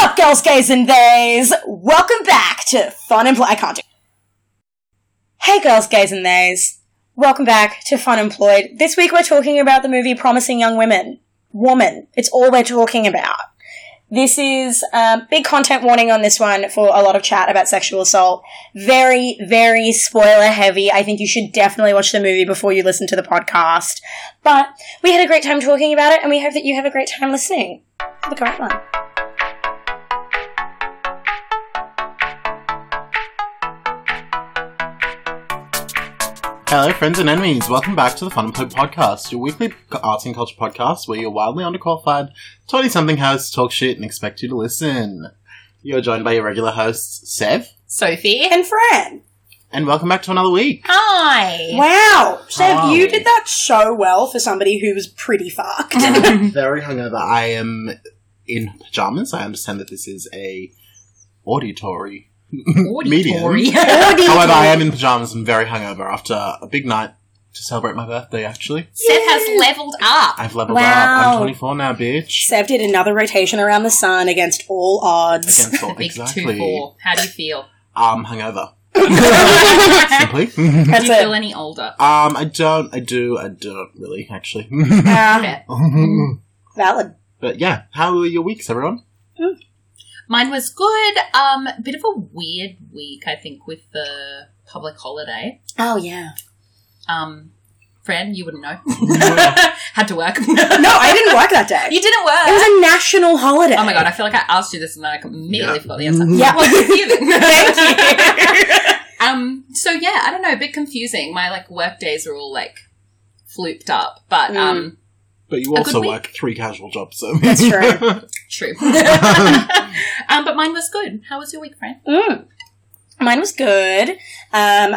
up, girls, gays, and theys? Welcome back to Fun Employ. I can't do. Hey, girls, gays, and theys. Welcome back to Fun Employed. This week we're talking about the movie Promising Young Women. Woman. It's all we're talking about. This is um, big content warning on this one for a lot of chat about sexual assault. Very, very spoiler heavy. I think you should definitely watch the movie before you listen to the podcast. But we had a great time talking about it, and we hope that you have a great time listening. Have a great one. Hello, friends and enemies. Welcome back to the Fun and Play podcast, your weekly arts and culture podcast where your wildly underqualified 20 something hosts talk shit and expect you to listen. You're joined by your regular hosts, Sev, Sophie. And Fran. and welcome back to another week. Hi. Wow, Sev, Hi. you did that so well for somebody who was pretty fucked. I'm very hungover. I am in pajamas. I understand that this is a auditory. Auditory. However, I am in pajamas and very hungover after a big night to celebrate my birthday, actually. Seth has leveled up. I've leveled up. Wow. I'm 24 now, bitch. Sev did another rotation around the sun against all odds. Against all, Big Oh, exactly. two four. How do you feel? Um, hungover. do Simply. That's you feel it. any older? Um, I don't. I do. I don't really, actually. Uh, Okay. valid. but yeah, how were your weeks, everyone? Mine was good. Um, bit of a weird week, I think, with the public holiday. Oh, yeah. Um, Fran, you wouldn't know. Yeah. Had to work. No, I didn't work that day. You didn't It was work. a national holiday. Oh my god, I feel like I asked you this and then I immediately Yeah. forgot the answer. Yeah. Well, you did. Thank you. Um, so yeah, I don't know, a bit confusing. My like work days are all like flooped up, but Mm. um, But you A also good week. work three casual jobs, so That's true. true. um, but mine was good. How was your week, Fran? Mm. Mine was good. Um,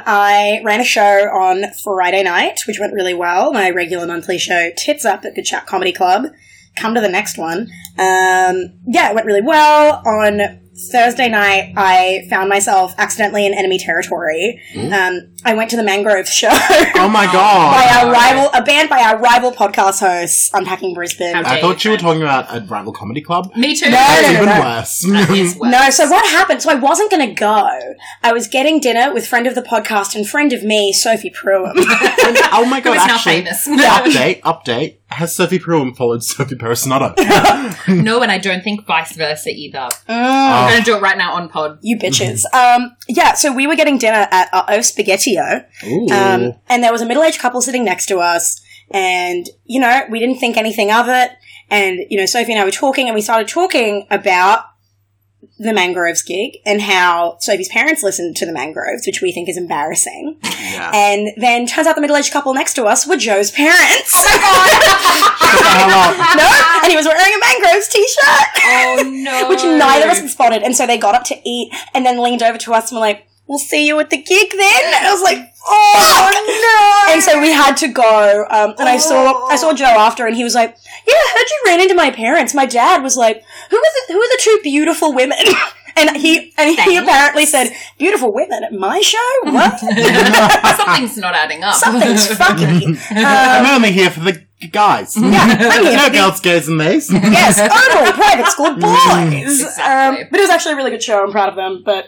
I ran a show on Friday night, which went really well. My regular monthly show, Tits Up at Good Chat Comedy Club. Come to the next one. Um, yeah, it went really well. On Thursday night, I found myself accidentally in enemy territory. Um, I went to the Mangrove show oh my Um, by god! our rival, a band by our rival podcast hosts, Unpacking Brisbane. How I thought you were talking about a rival comedy club. Me too. No, That's no, even no. That worse. is worse. No, so what happened? So I wasn't going to go. I was getting dinner with friend of the podcast and friend of me, Sophie Pruham. oh my Who god! is now Actually, famous? update, update. Has Sophie Pruin followed Sophie Perisinato? Um, no, and I don't think vice versa either. Mm, I'm Oh, going to do it right now on pod. you bitches. Um, yeah, so we were getting dinner at our O Spaghettio, ooh. um, and there was a middle aged couple sitting next to us, and, you know, we didn't think anything of it. And, you know, Sophie and I were talking, and we started talking about the Mangroves gig and how Sophie's parents listened to the Mangroves, which we think is embarrassing. yeah. And then turns out the middle aged couple next to us were Joe's parents. Shut the hell up. no, and he was wearing a mangroves t-shirt, Oh no! which neither of us had spotted. And so they got up to eat, and then leaned over to us and were like, "We'll see you at the gig then." And I was like, "Oh no!" And so we had to go. Um, and I Oh. saw I saw Joe after, and he was like, "Yeah, I heard you ran into my parents." My dad was like, "Who are the who are the two beautiful women?" And he and he Thanks. apparently said, "Beautiful women at my show? What? Something's not adding up. Something's fucking." Um, I'm only here for the g- guys. yeah, I'm here no for the girls, gays, and these. yes, only private school boys. Exactly. Um, but it was actually a really good show. I'm proud of them, but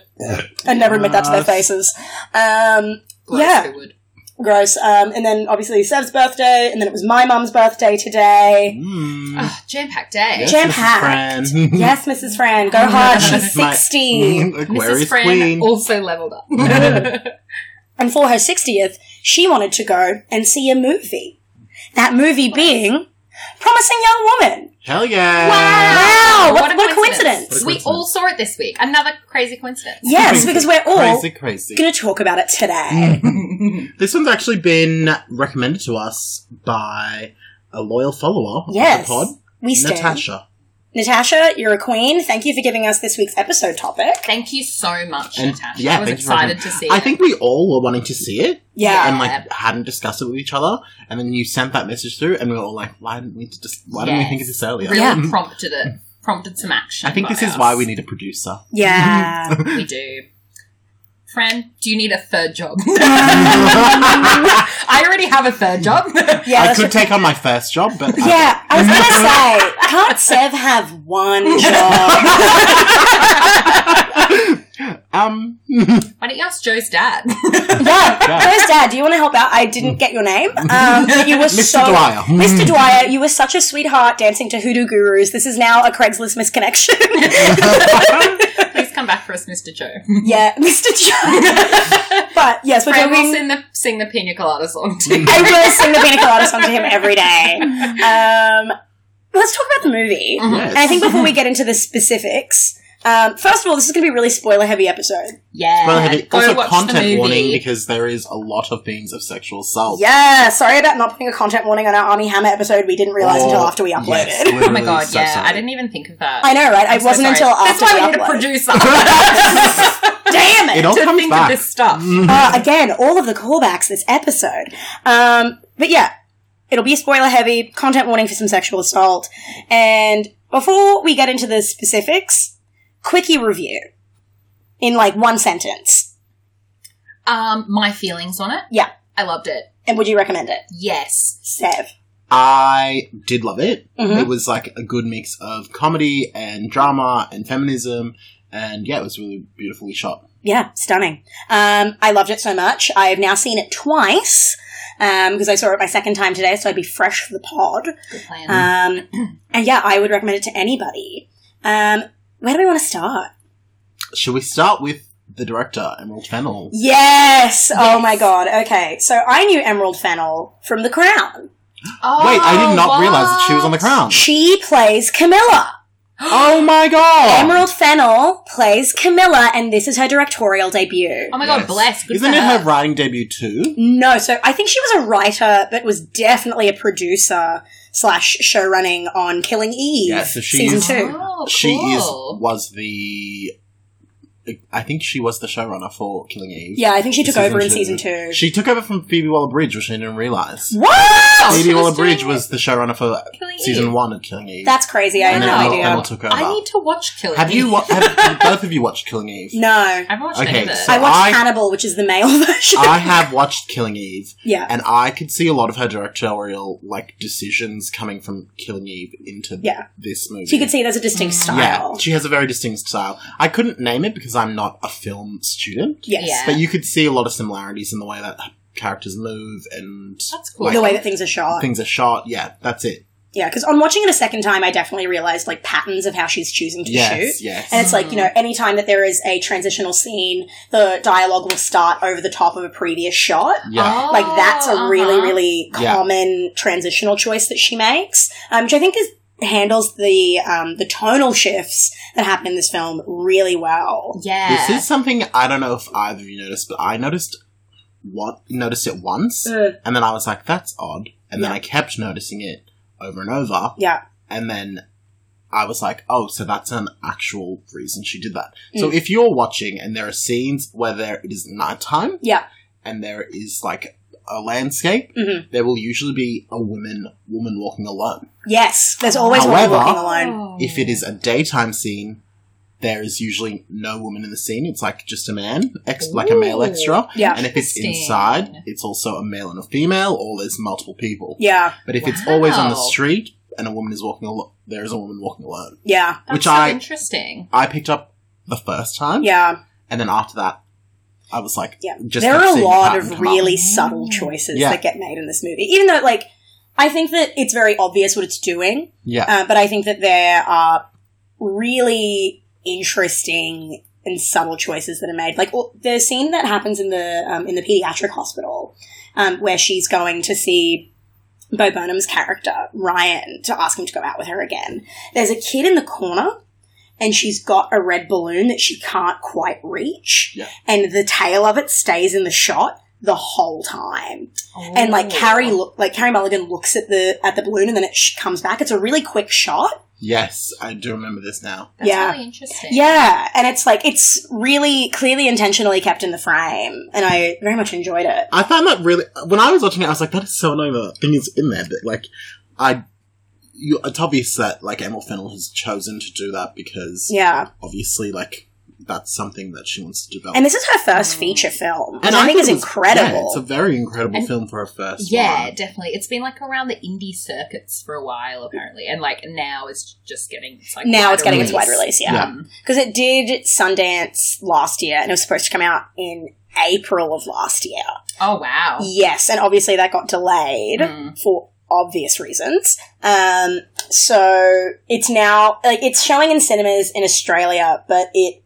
I never admit that to their faces. Um, Gross, Yeah. who would? gross. Um, and then obviously Sev's birthday, and then it was my mum's birthday today. Mm. Ah, jam-packed day. Yes. jam-packed. Uh, Yes, Mrs. Fran, go hard. She's My- Mm. 60. Aquarius Mrs. Fran Queen. Oh. also leveled up. Mm. and for her 60th, she wanted to go and see a movie. That movie being Promising Young Woman. Hell yeah! Wow, what- what a coincidence. What a We all saw it this week. Another crazy coincidence. Yes, Crazy, because we're all Crazy, crazy. going to talk about it today. This one's actually been recommended to us by a loyal follower Yes. of the pod, We stand. Natasha. Natasha, you're a queen. Thank you for giving us this week's episode topic. Thank you so much, And- Natasha. yeah, I was thank you for having- excited to see. I it. think we all were wanting to see it Yeah. and like hadn't discussed it with each other, and then you sent that message through, and we were all like, "Why didn't we just? Why didn't we Yes. think of this earlier?" Um, really Yeah. prompted it, prompted some action. I think by this is us. why we need a producer. Yeah. We do. Fran, do you need a third job? I I already have a third job. Yeah, that's could what- take on my first job, but I- yeah, I was gonna say, can't Sev have one job? um, Why don't you ask Joe's dad? Yeah. Joe's dad, do you want to help out? I didn't get your name. Um, but you were Mr. so. Dwyer. Mr. Dwyer, you were such a sweetheart dancing to Hoodoo Gurus. This is now a Craigslist misconnection. Please come back for us, Mr. Joe. yeah, Mr. Joe. but yes, we're Fran will talking. sing the, sing the pina colada song too. I will sing the Pina Colada song to him every day. Um, let's talk about the movie. Mm, Yes. And I think before we get into the specifics, um, first of all, this is going to be a really spoiler heavy episode. yeah. Well, heavy. Go Also, watch the content movie. warning because there is a lot of themes of sexual assault. Yeah, sorry about not putting a content warning on our Army Hammer episode. We didn't realize until after we uploaded. Oh my god, yeah. I didn't even think of that. I know, right? I'm it so wasn't until sorry. after That's why we need we a uploaded. producer. Damn it! It all to comes think back. of this stuff. Mm. uh, again, all of the callbacks this episode. Um, but yeah, it'll be spoiler heavy, content warning for some sexual assault. And before we get into the specifics, quickie review in like one sentence. Um, my feelings on it. Yeah. I loved it. And would you recommend it? Yes. Sev. I did love it. Mhm. It was like a good mix of comedy and drama and feminism, and yeah, it was really beautifully shot. Yeah, stunning. Um, I loved it so much. I've now seen it twice because I saw it my second time today, so I'd be fresh for the pod. Good plan. Um, and yeah, I would recommend it to anybody. Um, where do we want to start? Should we start with the director, Emerald Fennell? Yes! Oh my god. Okay, so I knew Emerald Fennel from The Crown. Uh, oh, Wait, I did not realize that she was on the what? crown. She plays Camilla. Oh my god! Emerald Fennel plays Camilla, and this is her directorial debut. Oh my god, Yes. bless. Good Isn't for it her. her writing debut too? No, so I think she was a writer, but was definitely a producer slash show running on Killing Eve Yeah, so she season is- two. Oh, cool. She is was the. I think she was the showrunner for Killing Eve. Yeah, I think she took Season over in two. season two. She took over from Phoebe Waller Bridge, which I didn't realize. what? she Phoebe was Waller Bridge doing was the showrunner for Killing season Eve. one of Killing Eve. That's crazy. I had and no then Wow. idea. Emerald Fennell took over. I need to watch Killing have you Eve. wa- have both of you watched Killing Eve? No. I haven't watched Okay, any of it. so- I watched I- Hannibal, which is the male version. I have watched Killing Eve, yeah. and I could see a lot of her directorial like decisions coming from Killing Eve into Yeah. this movie. So you could see there's a distinct Mm. style. Yeah, she has a very distinct style. I couldn't name it because I'm not a film student, Yes. Yeah. but you could see a lot of similarities in the way that characters move and That's cool. the way that things are shot. things are shot. Yeah, that's it. yeah, because on watching it a second time, I definitely realized like patterns of how she's choosing to shoot. Yes, yes. And it's like, you know, anytime that there is a transitional scene, the dialogue will start over the top of a previous shot. yeah. Oh, Like, that's a really, uh-huh. really Yeah. common transitional choice that she makes, um, which I think is handles the um, the tonal shifts that happen in this film really well. Yeah. This is something I don't know if either of you noticed, but I noticed what noticed it once, Mm. and then I was like, "That's odd," and then Yeah. I kept noticing it over and over, Yeah, and then I was like, "Oh, so that's an actual reason she did that." Mm. So if you're watching and there are scenes where there it is nighttime, yeah, and there is like a landscape, Mhm. there will usually be a woman woman walking alone. yes. There's always one However- walking alone. Oh. If it is a daytime scene, there is usually no woman in the scene. It's like just a man, ex- like a male Ooh. extra. Yeah. And if it's Interesting. inside, it's also a male and a female, or there's multiple people. Yeah, But if it's always on the Wow. street and a woman is walking alone, there is a woman walking alone. yeah, That's which so I- interesting. I picked up the first time, yeah. and then after that, I was like, Yeah. just there kept are a seeing the lot pattern of come up. really subtle choices Yeah. that get made in this movie. Even though, like, I think that it's very obvious what it's doing, yeah, uh, but I think that there are really interesting and subtle choices that are made. Like well, the scene that happens in the um, in the pediatric hospital, um, where she's going to see Bo Burnham's character Ryan to ask him to go out with her again. There's a kid in the corner. And she's got a red balloon that she can't quite reach, Yeah. and the tail of it stays in the shot the whole time and Oh, like Ooh. Carrie look like Carrie Mulligan looks at the at the balloon and then it sh- comes back. It's a really quick shot. yes, I do remember this now. That's Yeah. really interesting. Yeah, and it's like it's really clearly intentionally kept in the frame, and I very much enjoyed it. I found that really when I was watching it, I was like, that is so annoying that that thing is in there. But like, I, you, it's obvious that like Emerald Fennel has chosen to do that because Yeah, obviously like that's something that she wants to develop. And this is her first feature film, which I, think Oh. thought is it was- incredible. yeah, it's a very incredible And- film for her first. Yeah, one. definitely. It's been like around the indie circuits for a while, apparently, and like now it's just getting it's like now wider it's getting its release. wide release, yeah. Yeah. Um, Because it did Sundance last year, and it was supposed to come out in April of last year. oh wow. Yes, and obviously that got delayed Mm. for obvious reasons. Um, so it's now like it's showing in cinemas in Australia, but it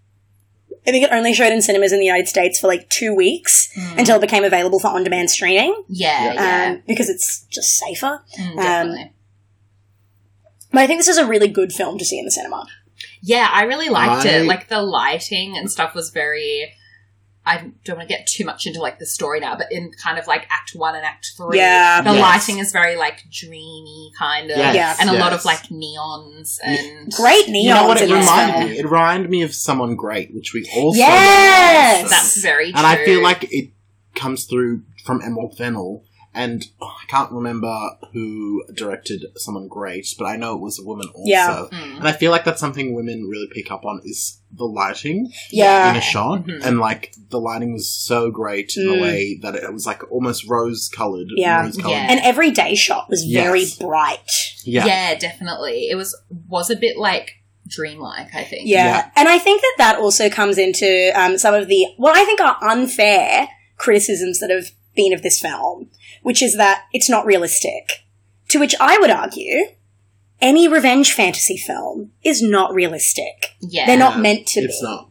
I think it only showed in cinemas in the United States for like two weeks Mm. until it became available for on-demand streaming yeah, Hmm. Yeah. yeah, um, because it's just safer. Mm, definitely. um, But I think this is a really good film to see in the cinema. yeah, I really liked I- it. Like the lighting and stuff was very. I don't want to get too much into like the story now, but in kind of like Act One and Act Three, Yeah. the Yes. lighting is very like dreamy kind of, Yes, Yeah. and a lot of yes. like neons and Great neons You know what in it this reminded film. me? It reminded me of someone great, which we also Yes! That's very true. and I feel like it comes through from Emerald Fennel. And oh, I can't remember who directed someone great, but I know it was a woman also. Yeah. Mm. And I feel like that's something women really pick up on is the lighting in Yeah. a shot. Mhm. And like the lighting was so great in Mm. the way that it was like almost rose colored. Yeah. Rose colored. Yeah. An everyday shot was very Yes. bright. Yeah. Yeah, definitely. It was was a bit like dreamlike, I think. Yeah. Yeah. And I think that that also comes into um, some of the, what I think are unfair criticisms that have been of this film, which is that it's not realistic. To which I would argue, any revenge fantasy film is not realistic. Yeah. They're not meant to It's be. not.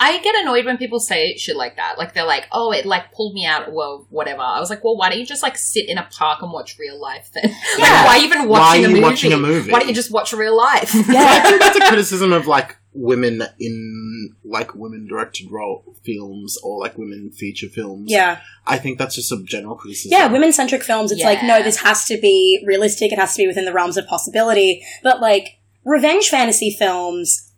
I get annoyed when people say shit like that. Like they're like, "Oh, it like pulled me out." Well, whatever. I was like, "Well, why don't you just like sit in a park and watch real life then? Yeah. Like why even watching Why are a you movie? watching a movie? Why don't you just watch real life?" I Yeah. think that's a criticism of like women in like women directed role films or like women feature films. Yeah. I think that's just a general criticism. Yeah, women centric films, it's like, no, Yeah. this has to be realistic, it has to be within the realms of possibility. But like, revenge fantasy films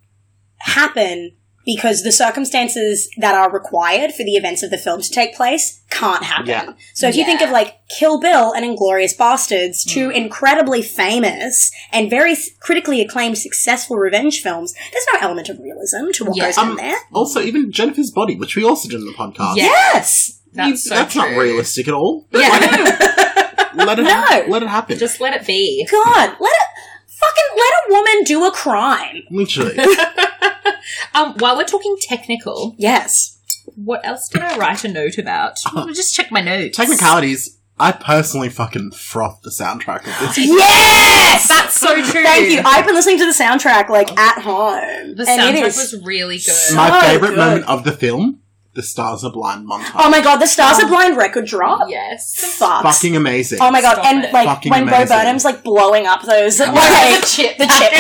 happen because the circumstances that are required for the events of the film to take place can't happen. Yeah. So if you think Yeah. Mm. of like Kill Bill and Inglorious Bastards, two incredibly famous and very s- critically acclaimed successful revenge films, there's no element of realism to what Yeah. goes on Um, there. Also, even Jennifer's body, which we also did in the podcast. Yeah. Yes! You- that's so that's not true. realistic at all. Yeah. Let it No. let it happen. just let it be. God, let a fucking let a woman do a crime. Literally. Um, while we're talking technical, Yes. what else did I write a note about? Let Oh. me just check my notes. Technicalities. I personally fucking froth the soundtrack of this. Yes! That's so true. Thank you. I've been listening to the soundtrack like at home. The and it soundtrack is- was really good. so My favorite good. moment of the film: the stars are blind montage. Oh my god, the Stars Are Blind record drop? Yes. Fucks. fucking amazing! oh my god, Stop and it. like Fucking when Bo amazing. Burnham's like blowing up those like, Like, the, the chip chip packets.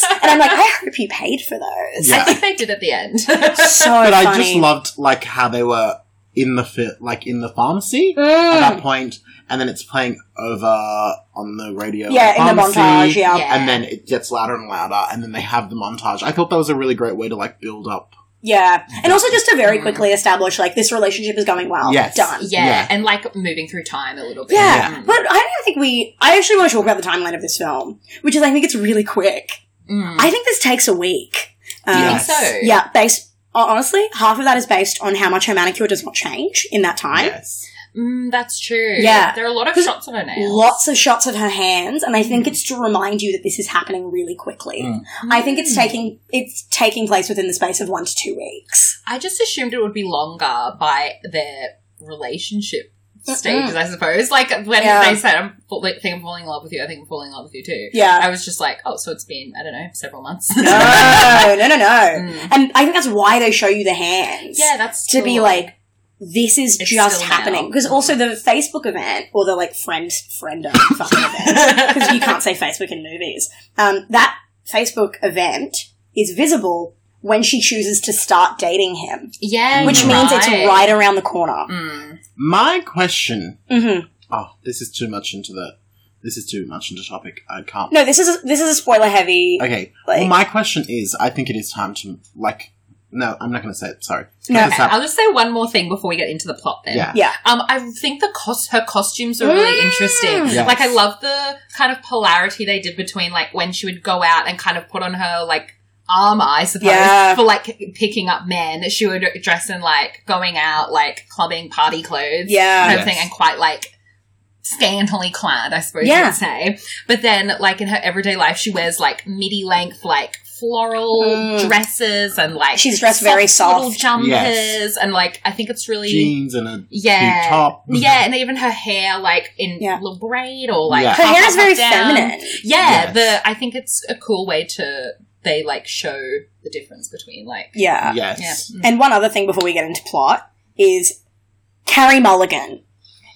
packets. and I'm like, I hope you paid for those. Yeah. I think they did at the end. So But funny. I just loved like how they were in the fi- like in the pharmacy at that Mm. point, and then it's playing over on the radio. Yeah, in the pharmacy, montage, yeah. Yeah. Yeah. And then it gets louder and louder, and then they have the montage. I thought that was a really great way to like build up. And also just to very Mm. quickly establish like this relationship is going well. Yes. Done. yeah, Yeah. and like moving through time a little bit. Yeah, Mm. but I don't even think we. I actually want to talk about the timeline of this film, which is I think it's really quick. Mm. I think this takes a week. Um, I Yeah. think so. Yeah, based honestly, half of that is based on how much her manicure does not change in that time. Yes. Mm, that's true. Yeah. there are a lot of 'Cause shots of her nails. Lots of shots of her hands, and I think Mm. it's to remind you that this is happening really quickly. Mm. I think it's Mm. taking it's taking place within the space of one to two weeks. I just assumed it would be longer by their relationship stages. I suppose. Like when Yeah. they said, "I'm fall- like, think I'm falling in love with you," I think I'm falling in love with you too. Yeah. I was just like, "Oh, so it's been I don't know several months." No, no, no, no. Mm. And I think that's why they show you the hands. Yeah, that's to be cool. like this is It's just still happening now. because also the Facebook event or the like friend friendo fucking event because you can't say Facebook in movies. Um, that Facebook event is visible when she chooses to start dating him, yeah, which you're means it's right around the corner. Mm. My question. Mm-hmm. hmm Oh, this is too much into the. This is too much into topic. I can't. No, this is a, this is a spoiler heavy. Okay. Like- well, my question is. I think it is time to like. No, I'm not going to say it. Sorry. No, Cut this Okay, out. I'll just say one more thing before we get into the plot. Then, yeah. Yeah, Um, I think the cost her costumes are really Mm. interesting. Yes. Like I love the kind of polarity they did between like when she would go out and kind of put on her like armor, I suppose, Yeah. for like picking up men. She would dress in like going out, like clubbing party clothes, Yeah. kind of Yes. thing, and quite like scantily clad, I suppose Yeah. you'd say. But then, like in her everyday life, she wears like midi length, like floral Mm. dresses and like She's dressed very little soft. jumpers, Yes. and like I think it's really jeans and a yeah, big top. yeah, and even her hair, like in Mm-hmm. Yeah. little braid or like Yeah. Her half hair up, is very half down. feminine. Yeah, Yes. the I think it's a cool way to they like show the difference between like Yeah. yes. yeah. mm. And one other thing before we get into plot is Carrie Mulligan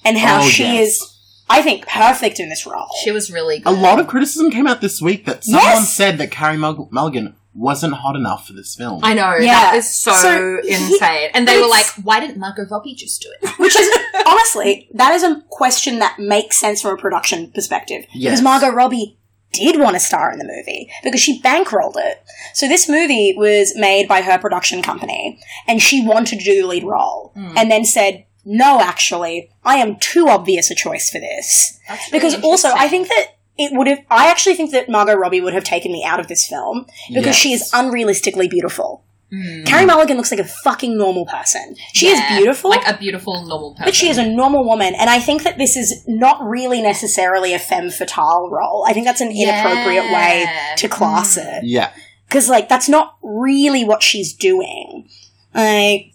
and how Oh, she yes. is, I think, perfect in this role. She was really good. A lot of criticism came out this week that someone Yes. said that Carrie Mul- Mulligan wasn't hot enough for this film. I know Yeah. that is so, So- insane, and they But were like, it's- "Why didn't Margot Robbie just do it?" Which is honestly, that is a question that makes sense from a production perspective. Yes. Because Margot Robbie did want to star in the movie because she bankrolled it. So this movie was made by her production company and she wanted to do the lead role Hmm. and then said, no, actually, I am too obvious a choice for this. That's really Because also, I interesting. think that it would have, I actually think that Margot Robbie would have taken me out of this film because she Yes. is unrealistically beautiful. Mm. Carrie Mulligan looks like a fucking normal person. She Yeah, is beautiful. like a beautiful normal person. But she is a normal woman, and I think that this is not really necessarily a femme fatale role. I think that's an inappropriate way Yeah. to class Mm. it. Yeah. Because, like, that's not really what she's doing. Like,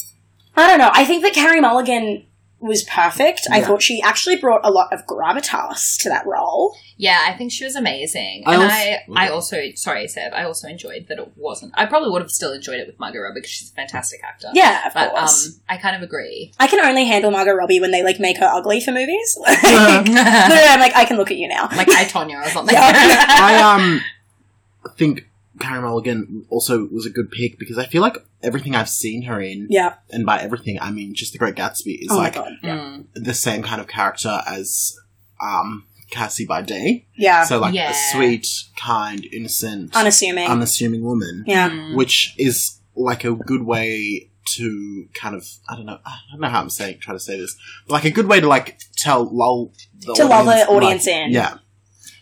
I don't know. I think that Carrie Mulligan was perfect. I Yeah. thought she actually brought a lot of gravitas to that role. Yeah, I think she was amazing. I and also- I, I also, sorry, Seb, I also enjoyed that it wasn't. I probably would have still enjoyed it with Margot Robbie because she's a fantastic actor. Yeah, of But um, course. I kind of agree. I can only handle Margot Robbie when they, like, make her ugly for movies. like, Uh, I'm like, I can look at you now. like I, Tonya, or something. Yeah. uh, I um think Carrie Mulligan also was a good pick because I feel like everything I've seen her in, Yeah. and by everything I mean just The Great Gatsby, is Oh like my god. Yeah. Mm. the same kind of character as um Cassie by Day. Uh, Yeah. So like Yeah. a sweet, kind, innocent, Unassuming. unassuming woman, yeah. Mm. which is like a good way to kind of I don't know I don't know how I'm saying trying to say this, but like a good way to like tell lull the To lull the like- audience in. Yeah,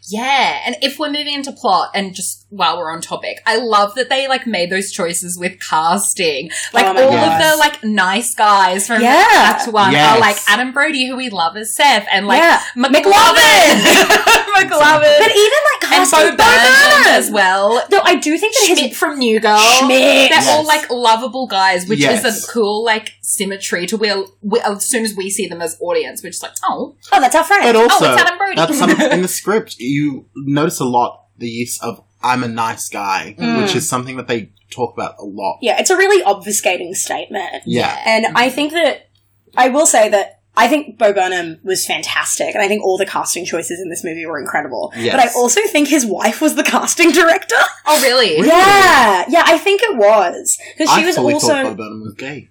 Yeah, and if we're moving into plot and just while we're on topic, I love that they like made those choices with casting. Like Oh my all gosh. of the like nice guys from Yeah. Act One Yes. are like Adam Brody, who we love as Seth, and like Yeah. McLovin, McLovin, But even, like, and casting Bo Burnham as well. Though I do think that his Schmidt from New Girl. Schmidt. They're all Yes. like lovable guys, which is Yes. a cool like symmetry to where we, as soon as we see them as audience, we're just like, oh, Oh, that's our But friend. also, it's Adam Brody. that's some, in the script, you notice a lot the use of I'm a nice guy, Mm. which is something that they talk about a lot. Yeah, it's a really obfuscating statement. Yeah. And I think that I will say that I think Bo Burnham was fantastic, and I think all the casting choices in this movie were incredible. Yes. But I also think his wife was the casting director. oh really? Really? Yeah, yeah, I think it was because she I was fully thought Bo also Burnham was gay.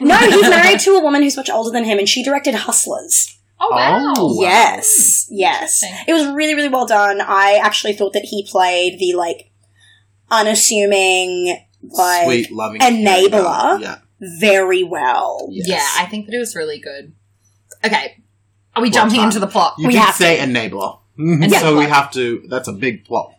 no, he's married to a woman who's much older than him, and she directed Hustlers. Oh wow. Oh. Wow. Yes, yes, Interesting. it was really, really well done. I actually thought that he played the like unassuming, like Sweet, loving enabler. character. Yeah. very well. Yes. Yeah, I think that it was really good. Okay. Are we Plot jumping time. into the plot? You We did have say enabler. so we have to. That's a big plot.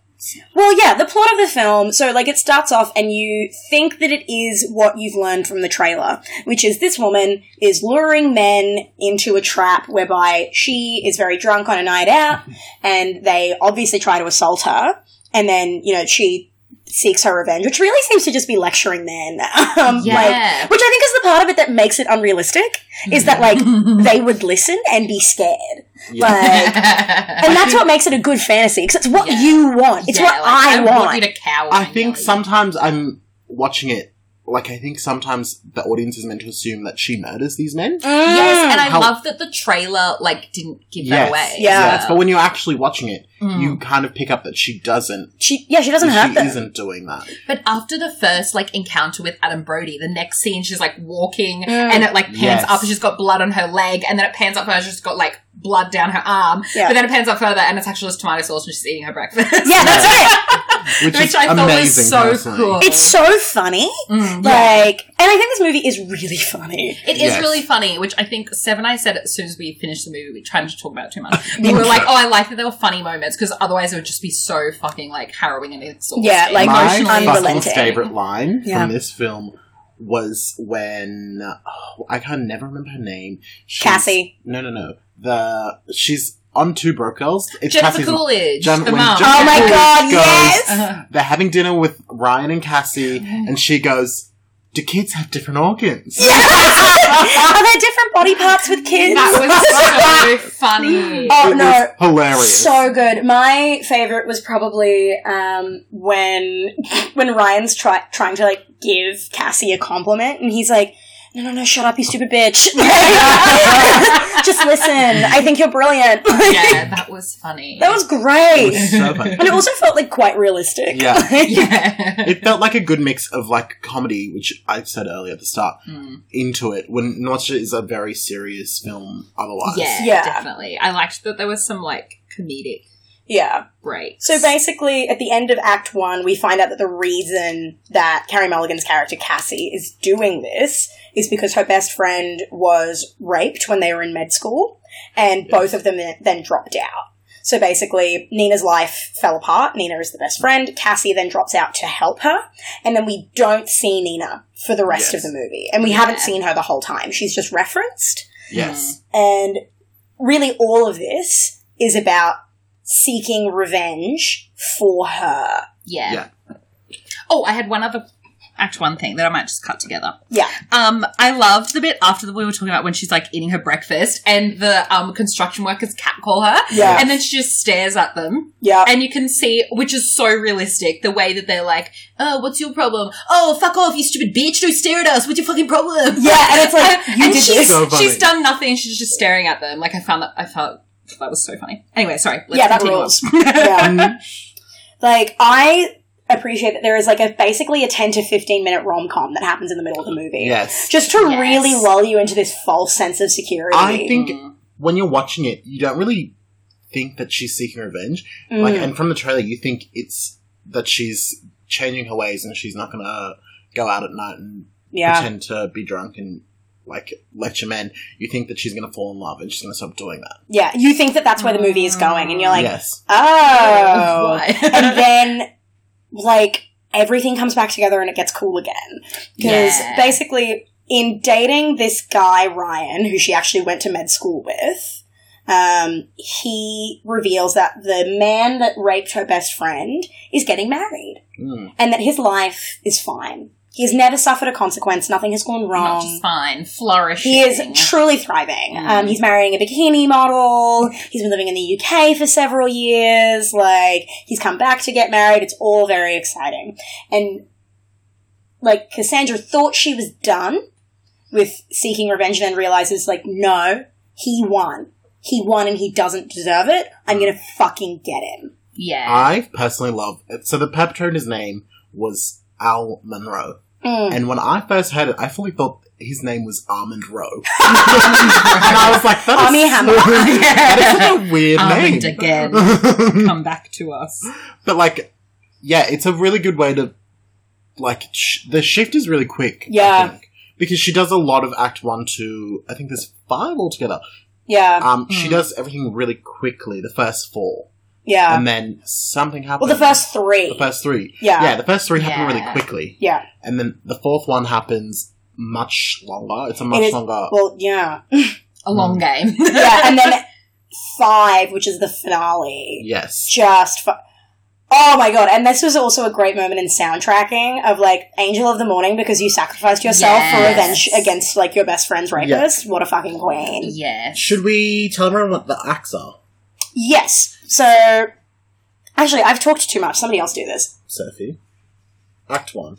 Well, yeah, the plot of the film. So, like, it starts off, and you think that it is what you've learned from the trailer, which is this woman is luring men into a trap whereby she is very drunk on a night out, and they obviously try to assault her, and then, you know, she seeks her revenge, which really seems to just be lecturing men. um, like, yeah. which I think is the part of it that makes it unrealistic, is that, like, they would listen and be scared. Yeah. Like, and that's what makes it a good fantasy because it's what Yeah. you want. It's Yeah, what like, I, don't want. you to cower. I and think yell. sometimes I'm watching it. Like, I think sometimes the audience is meant to assume that she murders these men. Mm, Yes, and I How- love that the trailer like didn't give that away. Yeah. yes. But when you're actually watching it, Mm. you kind of pick up that she doesn't she yeah, she doesn't she hurt them. isn't doing that. But after the first like encounter with Adam Brody, the next scene she's like walking Mm. and it like pans Yes. up and she's got blood on her leg and then it pans up and she's got like blood down her arm. Yeah. But then it pans up further and it's actually just tomato sauce and she's eating her breakfast. yeah, that's it. which, Which is I thought was amazing, so personally. cool. It's so funny. Mm. Like, and I think this movie is really funny. It is Yes. really funny, which I think Seven and I said as soon as we finished the movie, we tried not to talk about it too much. We were like, oh, I like that there were funny moments because otherwise it would just be so fucking like harrowing and exhausting. Yeah, like, My emotionally fucking unrelenting. favorite line Yeah. from this film was when oh, I can never remember her name. She's- Cassie. No, no, no. The she's on Two Broke Girls. It's Jennifer Cassie's- Coolidge, Jen- the when mom. Jen- Oh my Coolidge god, goes- yes! Uh-huh. They're having dinner with Ryan and Cassie, and she goes, "Do kids have different organs?" Are there different body parts with kids? That was so funny. Oh, It no. was hilarious. So good. My favorite was probably um, when when Ryan's try- trying to like give Cassie a compliment, and he's like, "No, no, no, shut up, you stupid bitch! Just listen. I think you're brilliant." yeah, that was funny. that was It great, was so funny. and it also felt like quite realistic. Yeah. yeah. it felt like a good mix of like comedy, which I said earlier at the start, Mm. into it. When Notch is a very serious film, otherwise, yeah, Yeah. definitely. I liked that there was some like comedic yeah. breaks. So basically, at the end of Act One, we find out that the reason that Carrie Mulligan's character Cassie is doing this is because her best friend was raped when they were in med school, and both of them then dropped out. So basically, Nina's life fell apart. Nina is the best friend. Cassie then drops out to help her, and then we don't see Nina for the rest of Yes. the movie, and we Yeah. haven't seen her the whole time. She's just referenced. Mm. yes, And really, all of this is about seeking revenge for her. yeah. Yeah. Oh, I had one other act one thing that I might just cut together. Yeah. Um, I loved the bit after the, we were talking about when she's like eating her breakfast and the um construction workers catcall her, Yeah. and then she just stares at them. Yeah. And you can see, which is so realistic, the way that they're like, oh, what's your problem? Oh, fuck off, you stupid bitch, don't stare at us, what's your fucking problem? Yeah, and it's like, you did she's, this. So funny. she's done nothing, she's just staring at them. Like, I found that, I felt that was so funny. Anyway, sorry. Let's Yeah, that continue rules. on. yeah. and Like, I appreciate that there is like a basically a 10 to 15 minute rom com that happens in the middle of the movie. yes. Just to Yes. really lull you into this false sense of security. I think Mm. when you're watching it, you don't really think that she's seeking revenge. Mm. Like, and from the trailer, you think it's that she's changing her ways and she's not gonna go out at night and yeah. pretend to be drunk and like lecture men. You think that she's gonna fall in love and she's gonna stop doing that. Yeah. You think that that's where the movie is going, and you're like, yes, oh. Why? and then like everything comes back together and it gets cool again because Yeah. basically in dating this guy ryan who she actually went to med school with um, he reveals that the man that raped her best friend is getting married Mm. and that his life is fine he's never suffered a consequence nothing has gone Not wrong just fine, flourishing. he is truly thriving. Mm. Um, he's marrying a bikini model. He's been living in the UK for several years. Like, he's come back to get married. It's all very exciting. And, like, Cassandra thought she was done with seeking revenge and then realizes, like, no, he won. He won and he doesn't deserve it. I'm gonna fucking get him. yeah. I personally love. It. So the perpetrator's name was Al Monroe, Mm. and when I first heard it, I fully thought his name was Armand Rowe, and I was like, that is Army so- Hammer. that is such a weird Almond name. again. Come back to us. But like, yeah, it's a really good way to like sh- the shift is really quick. I Yeah. think. because she does a lot of Act One to I think there's five altogether. Yeah, Mm. Um, she Mhm. does everything really quickly. The first four, yeah. and then something happens. Well, the first three. Um, the first three. yeah. Yeah, the first three happen really Yeah. quickly, Yeah. and then the fourth one happens much longer. It's a much It is- longer. Well, yeah. A Mm. long game. yeah, and then five, which is the finale. yes. Just fu- oh my god! And this was also a great moment in soundtracking of like Angel of the Morning because you sacrificed yourself for Yes. revenge against like your best friend's rapist. What a fucking queen! yes. Should we tell everyone what the acts are, Yes. So actually, I've talked too much. Somebody else do this. Sophie? Act one.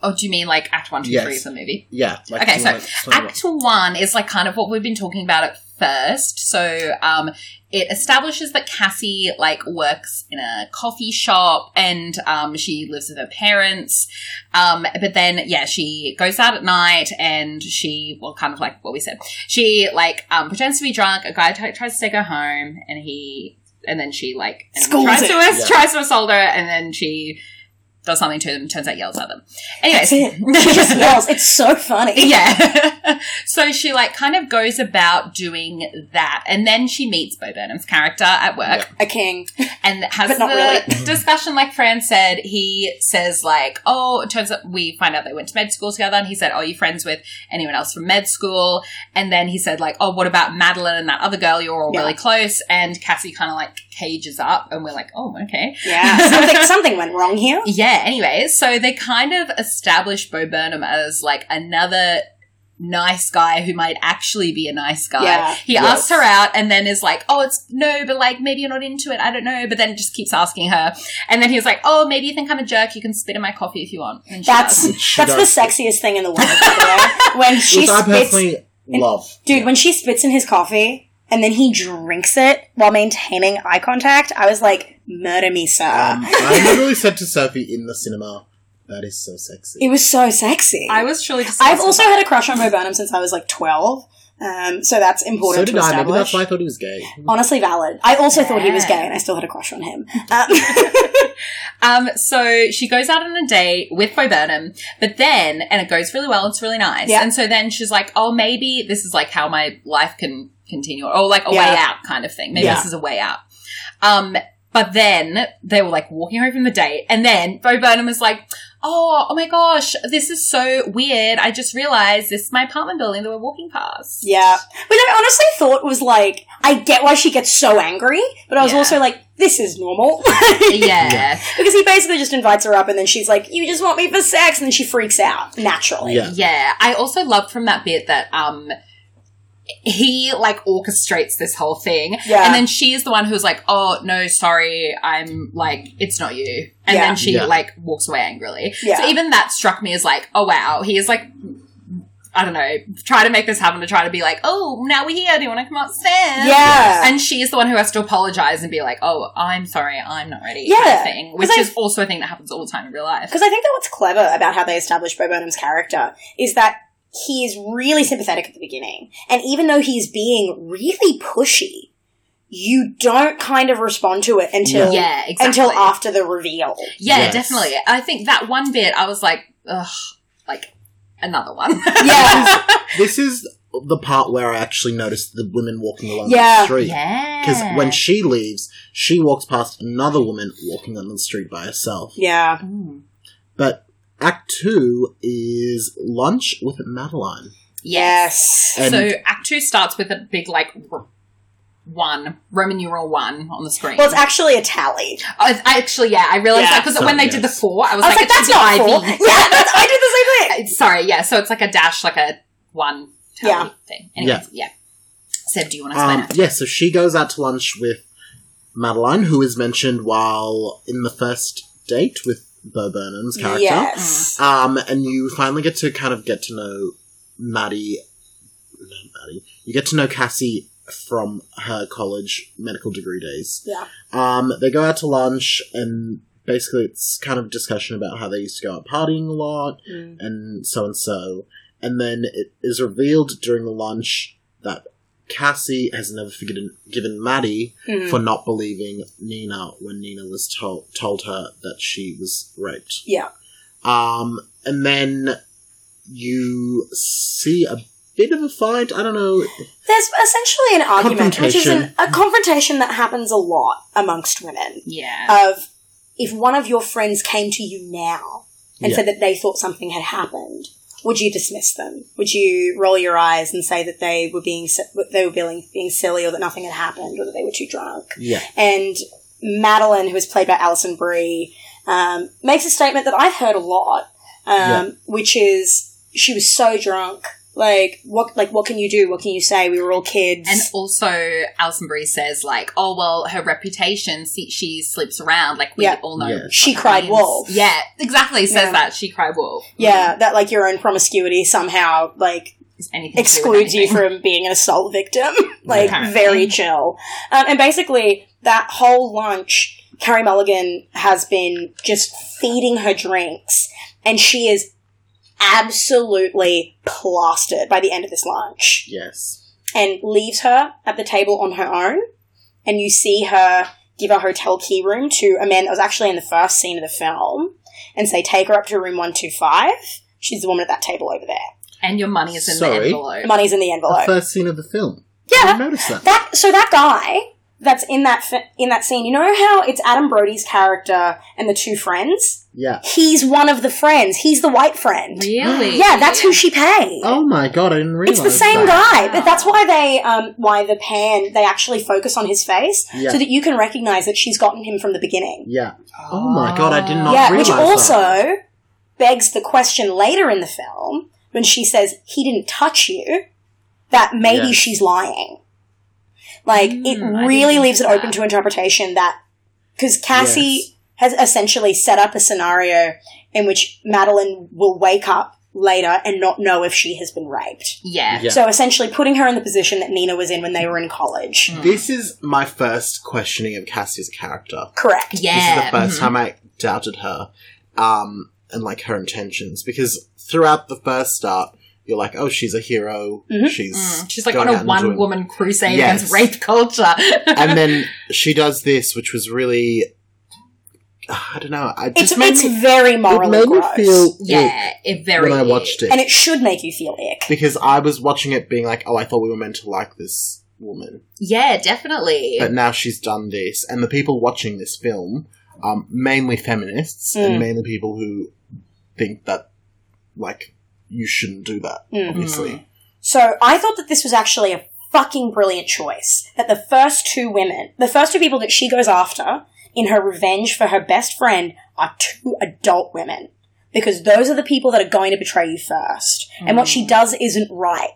Oh, do you mean like Act One, Two, Three Yes. of the movie? Yeah. Like Okay, do you so wanna explain what- Act One is like kind of what we've been talking about at first. So um, it establishes that Cassie like works in a coffee shop and um, she lives with her parents. Um, but then yeah, she goes out at night and she well, kind of like what we said, she like um, pretends to be drunk. A guy t- tries to take her home, and he and then she like and Scolds tries to it. us, Yeah. tries to assault her, and then she does something to them. Turns out yells at them. Anyways, That's it. She just yells. It's so funny. yeah. so she like kind of goes about doing that, and then she meets Bo Burnham's character at work A king. and has But not the discussion like Fran said. He says like, "Oh, it turns out we find out they went to med school together." And he said, "Oh, you friends with anyone else from med school?" And then he said like, "Oh, what about Madeline and that other girl? You're all Yeah. really close." And Cassie kind of like cages up, and we're like, "Oh, okay." Yeah. Something, something went wrong here. Yeah, anyways, so they kind of establish Bo Burnham as like another nice guy who might actually be a nice guy. Yeah. He Yes. asks her out and then is like, oh, it's no, but like maybe you're not into it. I don't know. But then just keeps asking her. And then he's like, oh, maybe you think I'm a jerk. You can spit in my coffee if you want. And she That's does. She that's the does. sexiest thing in the world. by the way. When she Which I spits, personally love. dude, when she spits in his coffee and then he drinks it while maintaining eye contact, I was like, "Murder me, sir." Um, I literally said to Sophie in the cinema, "That is so sexy." it was so sexy. I was surely just. I've also had a crush on Bo Burnham since I was like twelve, um, so that's important so did to I. establish. Maybe that's why I thought he was gay. Honestly, valid. I also thought he was Yeah. gay, and I still had a crush on him. Um, Um, so she goes out on a date with Bo Burnham, but then, and it goes really well, it's really nice. Yeah. And so then she's like, oh, maybe this is like how my life can continue, or like a Yeah. way out kind of thing. Maybe Yeah. this is a way out. Um, but then they were like walking home from the date, and then Bo Burnham was like, oh, oh my gosh, this is so weird. I just realized this is my apartment building that we're walking past. yeah, which I honestly thought was like, I get why she gets so angry, but I was Yeah. also like, this is normal. Yeah. Because he basically just invites her up, and then she's like, "You just want me for sex," and then she freaks out naturally. Yeah. Yeah, I also love from that bit that um he like orchestrates this whole thing. Yeah. And then she is the one who's like, "Oh, no, sorry. I'm like it's not you." And Yeah. then she Yeah. like walks away angrily. Yeah. So even that struck me as like, "Oh wow, he is like I don't know, try to make this happen to try to be like, "Oh, now we're here. Do you want to come upstairs?" yeah, And she is the one who has to apologize and be like, "Oh, I'm sorry. I'm not ready." kind Yeah. of thing, which 'Cause I- is also a thing that happens all the time in real life. because I think that what's clever about how they establish Bo Burnham's character is that he is really sympathetic at the beginning, and even though he's being really pushy, you don't kind of respond to it until Yeah, exactly. until after the reveal. Yeah, Yes. definitely. I think that one bit, I was like, ugh, like another one. Yeah, This is the part where I actually noticed the women walking along Yeah. the street. yeah. Because when she leaves, she walks past another woman walking on the street by herself. yeah, Mm. But Act Two is lunch with Madeline. Yes. yes, And so Act Two starts with a big, like, r- one, Roman numeral one on the screen. well, it's actually a tally. I, I actually, yeah, I realized Yeah. that because So, when they yes. did the four, I was, I was like, it "That's should not be four. IV. yeah, that's, I did the same thing. Uh, Sorry, yeah, so it's like a dash, like a one tally Yeah. thing. Anyways, yeah. Seb, do you want to explain um, it? yeah, so she goes out to lunch with Madeline, who is mentioned while in the first date with Bo Burnham's character. Yes, Um, and you finally get to kind of get to know Maddie. Not Maddie. You get to know Cassie from her college medical degree days. yeah. Um, they go out to lunch, and basically it's kind of discussion about how they used to go out partying a lot, Mm. and so and so. And then it is revealed during the lunch that Cassie has never forgiven given Maddie Mm. for not believing Nina when Nina was told told her that she was raped. Yeah. Um, and then you see a bit of a fight. I don't know. There's essentially an argument, which is an, Confrontation. a confrontation that happens a lot amongst women. Yeah. Of if one of your friends came to you now and Yeah. said that they thought something had happened, would you dismiss them? Would you roll your eyes and say that they were being si- they were being, being silly, or that nothing had happened, or that they were too drunk? Yeah. and Madeline, who is played by Alison Brie, um, makes a statement that I've heard a lot, um, Yeah. which is she was so drunk. Like what? Like what can you do? What can you say? We were all kids. And also, Alison Brie says, like, oh, well, her reputation, see, she slips around. Like, we Yeah. all know. Yeah. what She that cried means. wolf. Yeah, exactly. Says Yeah. that. She cried wolf. yeah, that like your own promiscuity somehow like Is anything to do with excludes you anything. from being an assault victim. like Apparently. very chill. Um, and basically, that whole lunch, Carrie Mulligan has been just feeding her drinks, and she is absolutely plastered by the end of this lunch Yes. and leaves her at the table on her own. And you see her give a hotel key room to a man that was actually in the first scene of the film and say, take her up to room 125. She's the woman at that table over there. And your money is in the Sorry. envelope. The money's in the The envelope. first scene of the film. I yeah. didn't notice that. That so that guy that's in that fi- in that scene. You know how it's Adam Brody's character and the two friends. Yeah. He's one of the friends. He's the white friend. Really? Yeah, that's who she paid. Oh my god, I didn't realize It's the same that. guy, but that's why they, um, why the pan they actually focus on his face Yeah. so that you can recognize that she's gotten him from the beginning. Yeah. Oh my god, I did not yeah, realize which also that. begs the question later in the film when she says he didn't touch you, that maybe Yes. she's lying. Like Hmm, it Mm, I really didn't leaves it think open that. to interpretation that because Yes. Cassie has essentially set up a scenario in which Madeline will wake up later and not know if she has been raped. Yeah. Yeah. So essentially, putting her in the position that Nina was in when they were in college. This is my first questioning of Cassie's character. Correct. Yeah. This is the 1st mm-hmm. mhm. time I doubted her, um, and like her intentions because throughout the first start, you're like, oh, she's a hero. Mhm. She's Mm. She's like going on out a and doing- one woman crusade Yes. against rape culture. Mm. and then she does this, which was really, I don't know. I It's just made it's me, very it morally made me gross, feel ick yeah, it very when I watched it and it should make you feel ick. because I was watching it, being like, oh, I thought we were meant to like this woman, Yeah, definitely. but now she's done this, and the people watching this film, um, mainly feminists and Mm. mainly people who think that like you shouldn't do that, Mm-hmm. Mm. obviously. So I thought that this was actually a fucking brilliant choice. That the first two women, the first two people that she goes after in her revenge for her best friend, are two adult women because those are the people that are going to betray you first. And what she does isn't right.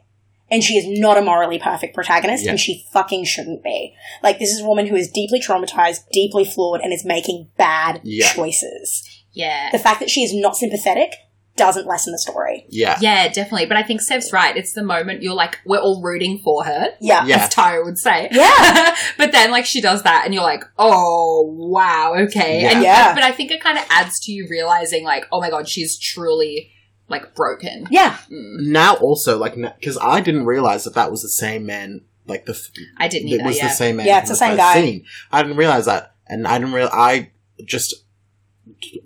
And she is not a morally perfect protagonist, Yeah. and she fucking shouldn't be. Like, this is a woman who is deeply traumatized, deeply flawed, and is making bad Yeah. choices. Yeah. The fact that she is not sympathetic doesn't lessen the story. Yeah. yeah, definitely. But I think Sev's right. It's the moment you're like, we're all rooting for her, Yeah. Yeah. as Tyra would say. Yeah. but then, like, she does that, and you're like, oh, wow, okay. Yeah. And, Yeah. But I think it kind of adds to you realizing, like, oh my god, she's truly, like, broken. Yeah. Mm. Now also like because I didn't realize that that was the same man. Like the f- I didn't it either. was yeah. the same man. Yeah, it's from the same first guy. Scene. I didn't realize that, and I didn't real. I just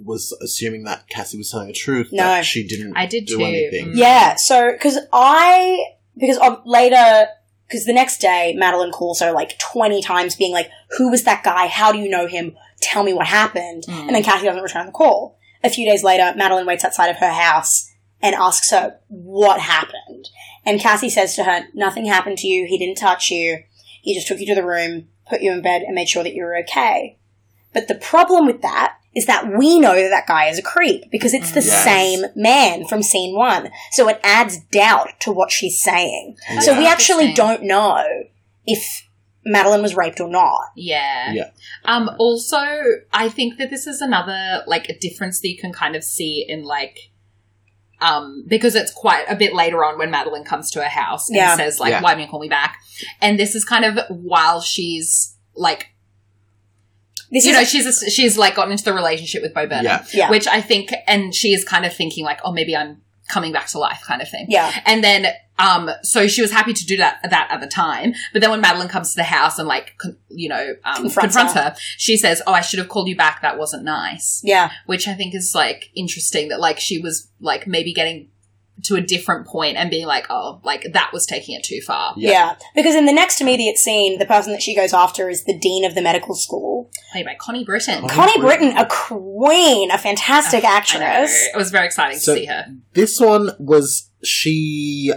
was assuming that Cassie was telling the truth. No. that she didn't. I did do too. anything. Mm. Yeah, so because I because um, later because the next day Madeline calls her like twenty times, being like, "Who was that guy? How do you know him? Tell me what happened." Mm. And then Kathy doesn't return the call. A few days later, Madeline waits outside of her house and asks her what happened. And Cassie says to her, "Nothing happened to you. He didn't touch you. He just took you to the room, put you in bed, and made sure that you were okay." But the problem with that is that we know that that guy is a creep because it's the Yes. same man from scene one. So it adds doubt to what she's saying. So Yeah. we actually Interesting. don't know if Madeline was raped or not. Yeah. Yeah. Um, also, I think that this is another like a difference that you can kind of see in like um because it's quite a bit later on when Madeline comes to her house and Yeah. says like, Yeah. Why didn't you call me back? And this is kind of while she's like This you is know, she's a, she's like gotten into the relationship with Bo Burnham. Yeah. yeah, Which I think and she is kind of thinking like, Oh, maybe I'm coming back to life kind of thing. yeah, And then, um, so she was happy to do that that at the time. But then when Madeline comes to the house and like, con- you know, um, Confronts confronts, her. her. she says, "Oh, I should have called you back. That wasn't nice." yeah, Which I think is like interesting that like she was like maybe getting to a different point and being like, "Oh, like that was taking it too far." Yeah. yeah, Because in the next immediate scene, the person that she goes after is the dean of the medical school, Played by Connie Britton. Connie Connie Britton. Britton, a queen, a fantastic Oh, I know. actress. It was very exciting So- to see her. This one was she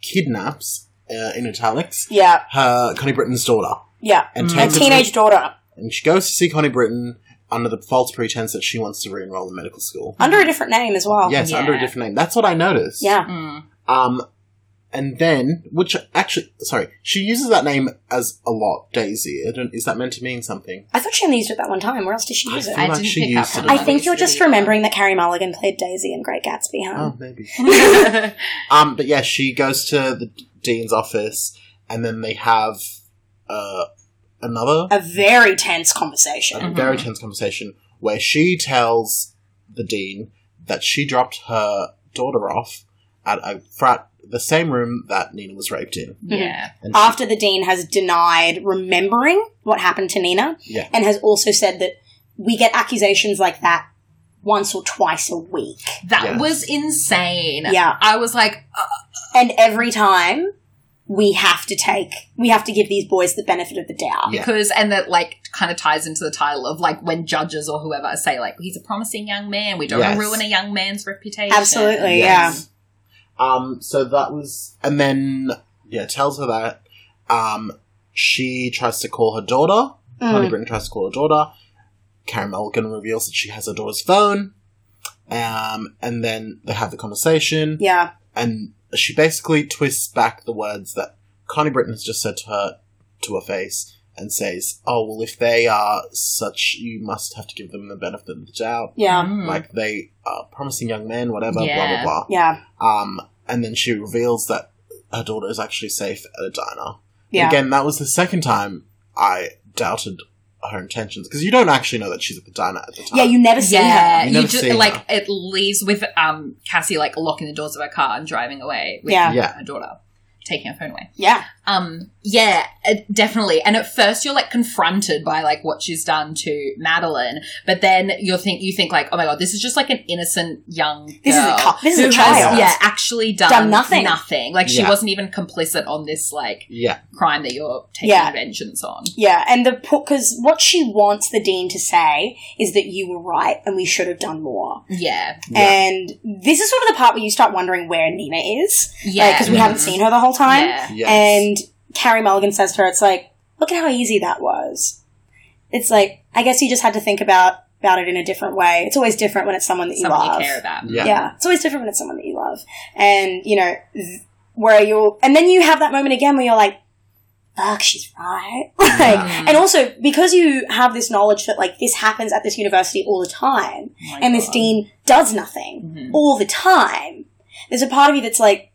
kidnaps uh, in italics Yeah, her Connie Britton's daughter yeah, and Mm. a takes her to- teenage daughter and she goes to see Connie Britton under the false pretense that she wants to re-enroll in medical school. under a different name as well. yes, Yeah. under a different name. That's what I noticed. Oh, yeah, Mm. Um, and then, which actually, sorry, she uses that name as a lot, Daisy. I don't, is that meant to mean something? I thought she only used it that one time. Where else did she use it? I I like didn't she pick up used it on in I that. think you're just remembering that Carrie Mulligan played Daisy in Great Gatsby, huh? Oh, maybe. Um, but yeah, she goes to the dean's office, and then they have uh, another A very tense conversation. a very tense conversation where she tells the dean that she dropped her daughter off at a frat, the same room that Nina was raped in. Yeah. And she- After the dean has denied remembering what happened to Nina yeah, and has also said that we get accusations like that once or twice a week. That Yeah. was insane. Yeah. I was like, And every time we have to take, we have to give these boys the benefit of the doubt. Yeah. because and that like kind of ties into the title of like when judges or whoever say like he's a promising young man we don't want Yes. to ruin a young man's reputation Oh, Absolutely, Yes. Um, so that was, and then yeah, tells her that. Um, she tries to call her daughter. yeah. Honey Mm. Britton tries to call her daughter. Karen Mulligan reveals that she has her daughter's phone. Um, and then they have the conversation, Yeah. and she basically twists back the words that Connie Britton has just said to her to her face, and says, "Oh well, if they are such, you must have to give them the benefit of the doubt. Yeah. Mm. Like they are promising young men, whatever, blah blah Yeah. blah." Yeah. Um, and then she reveals that her daughter is actually safe at a diner. Yeah. Again, that was the second time I doubted her intentions because you don't actually know that she's at the diner at the time. Yeah, you never see her. yeah You you never just see her. like it leaves with um cassie like locking the doors of her car and driving away with Yeah. Yeah. her daughter taking her phone away Yeah. um yeah it- definitely and at first you're like confronted by like what she's done to madeline but then you'll think you think like oh my god this is just like an innocent young girl This is a cop. This is who a has child. yeah actually done, Done nothing. like she Yeah. wasn't even complicit on this like yeah, crime that you're taking Yeah. vengeance on Yeah, and the because what she wants the dean to say is that you were right and we should have done more. yeah yeah. And this is sort of the part where you start wondering where Nina is yeah because we haven't seen her the whole time. yeah. Yes. And Carrie Mulligan says to her, "It's like look at how easy that was. It's like I guess you just had to think about about it in a different way. It's always different when it's someone that you someone love. you care about Yeah. yeah, it's always different when it's someone that you love. And you know th- where you're, and then you have that moment again where you're like." fuck, she's right. like, Yeah. and also because you have this knowledge that like this happens at this university all the time, Oh my and this God. dean does nothing Mhm. all the time. There's a part of you that's like,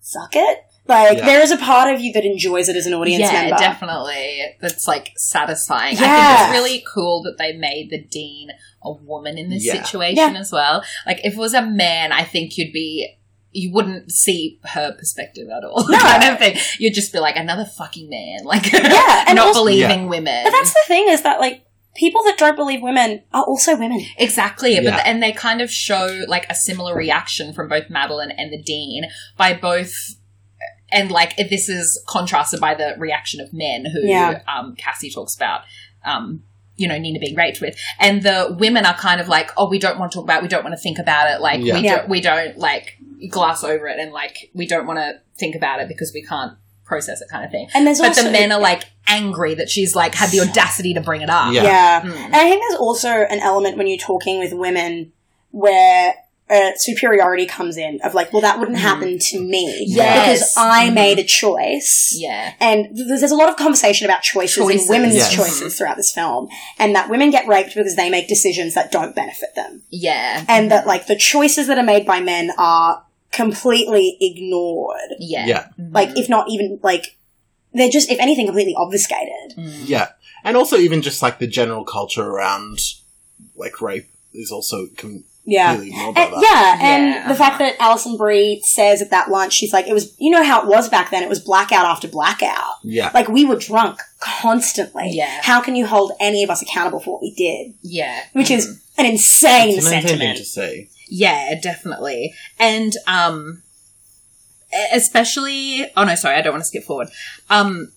suck it. Like Yeah. there is a part of you that enjoys it as an audience yeah, member. definitely. That's like satisfying. I Yeah. think it's really cool that they made the dean a woman in this Yeah. situation Yeah. as well. Like if it was a man, I think you'd be you wouldn't see her perspective at all. No. kind of thing. You'd just be like another fucking man, like Yeah, and not also- believing women. But that's the thing is that like people that don't believe women are also women. Exactly, Yeah. but and they kind of show like a similar reaction from both Madeline and the Dean by both, and like this is contrasted by the reaction of men who Yeah. um, Cassie talks about, um, you know, Nina being raped with, and the women are kind of like, oh, we don't want to talk about, it, we don't want to think about it, like Yeah. we Yeah. don't, we don't like gloss over it, and like we don't want to think about it because we can't process it, kind of thing. And there's But also the men are like angry that she's like had the audacity to bring it up. Yeah. yeah. Mm. And I think there's also an element when you're talking with women where uh, superiority comes in of like, well, that wouldn't Mhm. happen to me Yes. because I Mhm. made a choice. Yeah. And th- there's a lot of conversation about choices, Choices. and women's Yes. choices throughout this film, and that women get raped because they make decisions that don't benefit them, Yeah. and that like the choices that are made by men are completely ignored. Yeah. Yeah. Mhm. Like, if not even like, they're just if anything completely obfuscated. Mm. yeah, and also even just like the general culture around like rape is also completely Yeah. Eh, ignored by And- that. yeah, and Yeah. the fact that Alison Brie says at that lunch, she's like, it was, you know how it was back then, it was blackout after blackout. Yeah, Like, we were drunk constantly. Yeah. How can you hold any of us accountable for what we did? Yeah. Which is an insane Mm. It's an insane thing sentiment. to say. Yeah, definitely. And um e, especially oh no, sorry, I don't want to skip forward. Um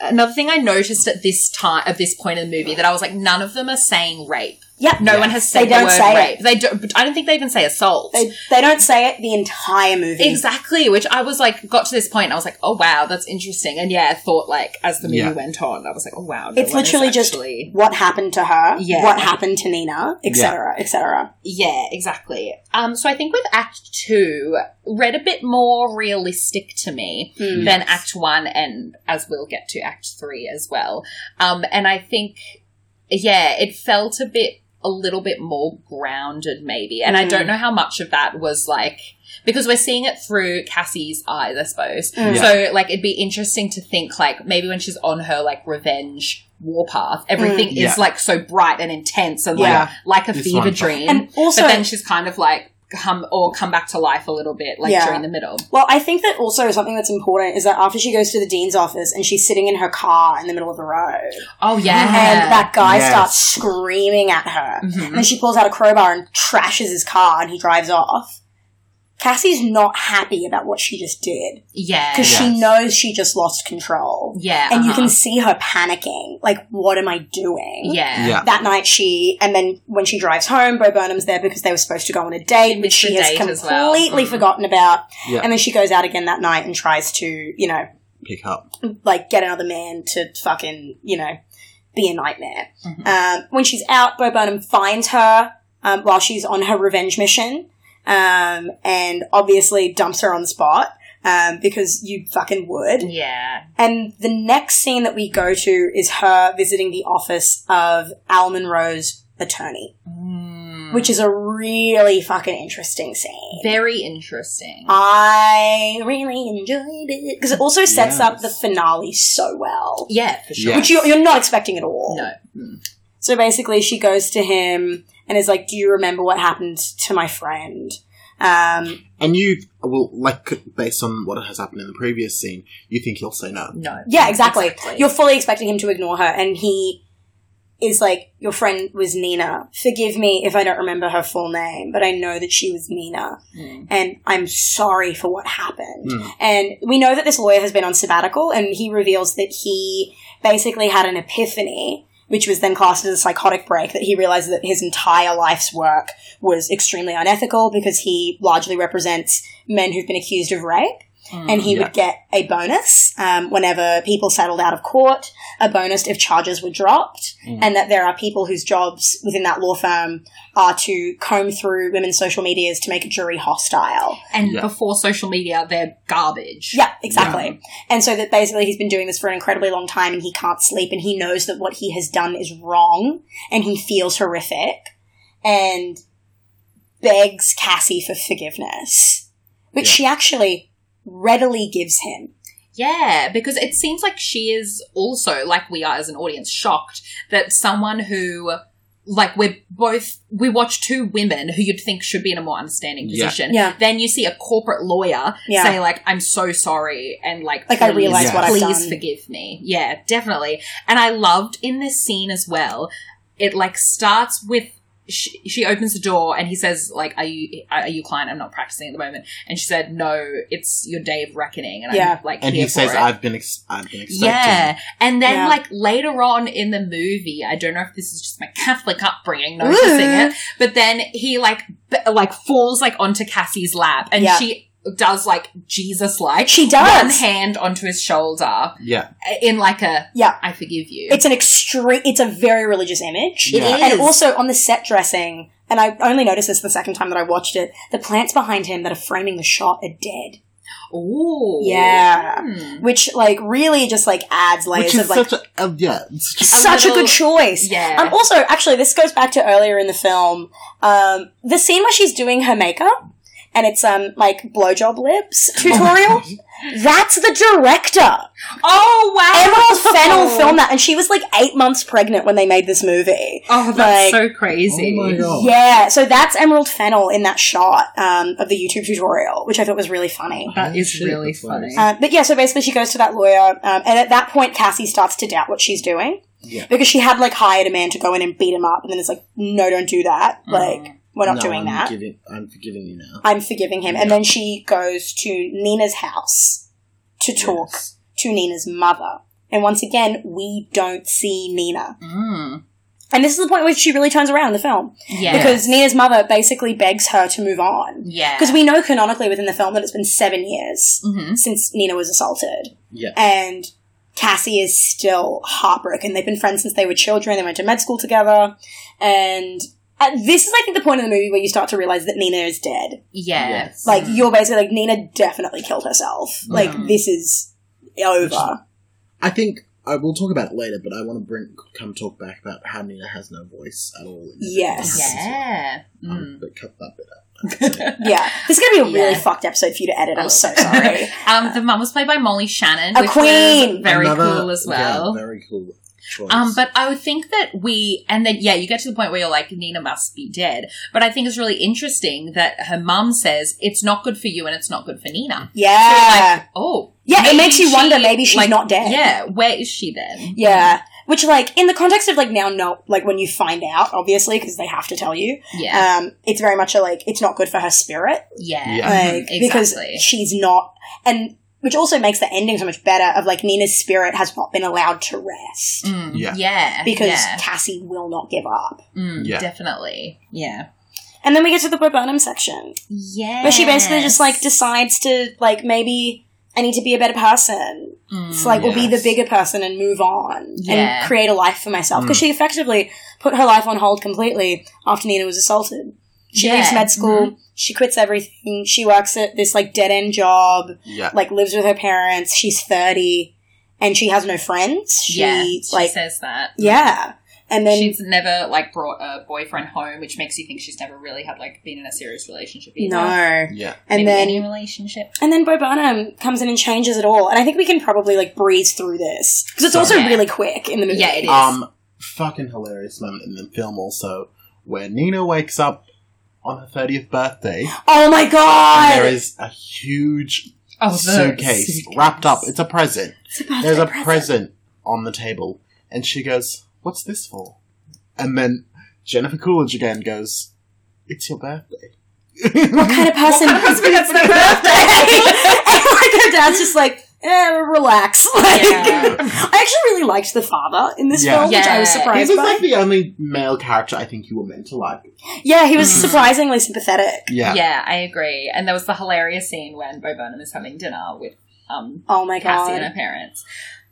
another thing I noticed at this time at this point in the movie that I was like none of them are saying rape. Yep. No Yeah. one has said They don't the word say rape. They don't but I don't think they even say assault. They, they don't say it the entire movie. Exactly, which I was like, got to this point, and I was like, oh wow, that's interesting. And yeah, I thought like as the movie Yeah. went on, I was like, oh wow, no It's one is literally just actually- what happened to her, Yeah. what happened to Nina, etc., etc. Yeah, exactly. Um, so I think with Act Two, read a bit more realistic to me Hmm. than Yes. Act One, and as we'll get to Act Three as well. Um, and I think, yeah, it felt a bit, a little bit more grounded, maybe. And Mhm. I Mm-hmm. don't know how much of that was like because we're seeing it through Cassie's eyes, I suppose. Mm. So, like, it'd be interesting to think, like, maybe when she's on her like revenge warpath, everything Mm. Yeah. is like so bright and intense and like Yeah. like a It's fever fine. dream And also, but then she's kind of like come or come back to life a little bit, like Yeah. during the middle. Well, I think that also something that's important is that after she goes to the dean's office and she's sitting in her car in the middle of the road, Oh yeah, and that guy Yes. starts screaming at her, Mhm. and then she pulls out a crowbar and trashes his car, and he drives off. Cassie's not happy about what she just did yeah, because she Yes. knows she just lost control, yeah, and you uh-huh. can see her panicking. Like, what am I doing? yeah, Yeah. That night, she and then when she drives home, Bo Burnham's there because they were supposed to go on a date, They which missed she the has date completely as well. Mm. forgotten about. Yeah. And then she goes out again that night and tries to, you know, Pick up. like get another man to fucking, you know, be a nightmare. Mhm. Um, when she's out, Bo Burnham finds her um, while she's on her revenge mission um, and obviously dumps her on the spot um, because you fucking would. yeah, And the next scene that we go to is her visiting the office of Al Monroe's attorney, Mm. which is a really fucking interesting scene. very interesting. I really enjoyed it because it also sets Yes. up the finale so well, yeah, for sure. Yeah. which you, you're not expecting at all. No, Mm. So basically, she goes to him and is like, "Do you remember what happened to my friend?" Um, And you, well, like, based on what has happened in the previous scene, you think he'll say no. no, yeah, exactly. You're fully expecting him to ignore her, and he is like, "Your friend was Nina. Forgive me if I don't remember her full name, but I know that she was Nina, Mm. and I'm sorry for what happened." Mm. And we know that this lawyer has been on sabbatical, and he reveals that he basically had an epiphany, which was then classed as a psychotic break, that he realized that his entire life's work was extremely unethical because he largely represents men who've been accused of rape Mm. and he Yeah. would get a bonus um, whenever people settled out of court, a bonus if charges were dropped, Mm. and that there are people whose jobs within that law firm are to comb through women's social medias to make a jury hostile. and Yeah. before social media, they're garbage. Yeah, exactly. And so that basically he's been doing this for an incredibly long time and he can't sleep and he knows that what he has done is wrong and he feels horrific and begs Cassie for forgiveness, which Yeah. she actually readily gives him. Yeah, because it seems like she is also, like we are as an audience, shocked that someone who, like, we're both, we watch two women who you'd think should be in a more understanding Yeah. position. Yeah. Then you see a corporate lawyer Yeah. say, like, I'm so sorry, and, like, Like, I realize what I've please done. forgive me. Yeah, definitely. And I loved in this scene as well, it, like, starts with. She, she opens the door and he says, "Like, are you are you client? I'm not practicing at the moment." And she said, "No, it's your day of reckoning." And Yeah. I'm like, And here he for says, it. I've been, ex- I've been expecting. Yeah. And then, Yeah. like, later on in the movie, I don't know if this is just my Catholic upbringing noticing Ooh. it, but then he, like, b- like falls, like, onto Cassie's lap and Yeah. she does, like, Jesus like. She does. One hand onto his shoulder Yeah. in, like, a Yeah. I forgive you. It's an extreme. It's a very religious image. It And is. also on the set dressing, and I only noticed this the second time that I watched it. The plants behind him that are framing the shot are dead, Ooh. Yeah. Hmm. which like really just like adds layers Which is of like such a, uh, yeah. it's just- such a little- good choice. Yeah. Um, also, actually, this goes back to earlier in the film. Um, the scene where she's doing her makeup and it's um like blowjob lips tutorial. That's the director. oh, wow. Emerald Fennel filmed that, and she was like eight months pregnant when they made this movie. Oh, Like- that's so crazy. Oh my God. Yeah, so that's Emerald Fennel in that shot um, of the YouTube tutorial, which I thought was really funny. That is Shit, really that's nice. funny. Uh, but yeah, so basically she goes to that lawyer, um, and at that point Cassie starts to doubt what she's doing Yeah. because she had like hired a man to go in and beat him up, and then it's like, no, don't do that. Uh, Like, we're not Mm. No, doing I'm that. Giving, I'm forgiving you now. I'm forgiving him. And Yeah. then she goes to Nina's house to talk Yes. to Nina's mother. And once again, we don't see Nina. Mm. And this is the point where she really turns around in the film. Yeah. Because Nina's mother basically begs her to move on. yeah. Because we know canonically within the film that it's been seven years Mhm. since Nina was assaulted. Yeah. And Cassie is still heartbroken. They've been friends since they were children. They went to med school together. And uh, this is, I think, the point in the movie where you start to realize that Nina is dead. Yes. Like, you're basically like, Nina definitely killed herself. Like, Mhm. this is over. I think I will talk about it later, but I want to bring come talk back about how Nina has no voice at all. In Yes. Yeah. Um, Mm. but cut that bit out. Yeah. This is going to be a really Yeah. fucked episode for you to edit. I'm Oh. so sorry. Um, the mum was played by Molly Shannon, A which queen! was very Another- cool as yeah, well. very cool. choice. Um, but I would think that we, and then yeah, you get to the point where you're like, Nina must be dead. But I think it's really interesting that her mum says it's not good for you and it's not good for Nina. So you're Yeah. like, oh, yeah, it maybe makes you she- wonder maybe she's like, not dead. Yeah, where is she then? Yeah. Which, like, in the context of, like, now, no, like, when you find out, obviously, because they have to tell you, Yeah, um, it's very much a, like, it's not good for her spirit. yeah, Yeah. Like, Mhm, because exactly. she's not, and which also makes the ending so much better of, like, Nina's spirit has not been allowed to rest. Mm, Yeah. yeah, Because yeah. Cassie will not give up. Mm, Yeah. definitely, yeah, And then we get to the Bo Burnham section. yeah. Where she basically just like decides to like maybe I need to be a better person. Mm. It's like or be the yes. bigger person and move on Yeah. and create a life for myself because Mm. she effectively put her life on hold completely after Nina was assaulted. She Yeah. Mm-hmm. leaves med school. She quits everything. She works at this like dead end job. yeah, Like lives with her parents. She's thirty, and she has no friends. She yeah, she like says that. yeah, and then she's never like brought a boyfriend home, which makes you think she's never really had like been in a serious relationship either. no, and yeah, Maybe then any relationship. And then Bo Burnham comes in and changes it all. And I think we can probably like breeze through this because it's also Yeah. really quick in the movie. Yeah, it is. Um, fucking hilarious moment in the film also where Nina wakes up on her thirtieth birthday Oh my and there god! is a huge oh, the suitcase, suitcase. wrapped up. It's a present. It's birthday There's a present. present on the table, and she goes, "What's this for?" And then Jennifer Coolidge again goes, "It's your birthday." What kind of person? What kind of person gets their and like her dad's just like, eh, relax. Like, Yeah. I actually really liked the father in this Yeah. film, which I was Yeah. He surprised was by. like the only male character I think you were meant to like. yeah, he was Mm. surprisingly sympathetic. Yeah, Yeah. I agree. And there was the hilarious scene when Bo Burnham is having dinner with um Oh my Cassie and god. her parents.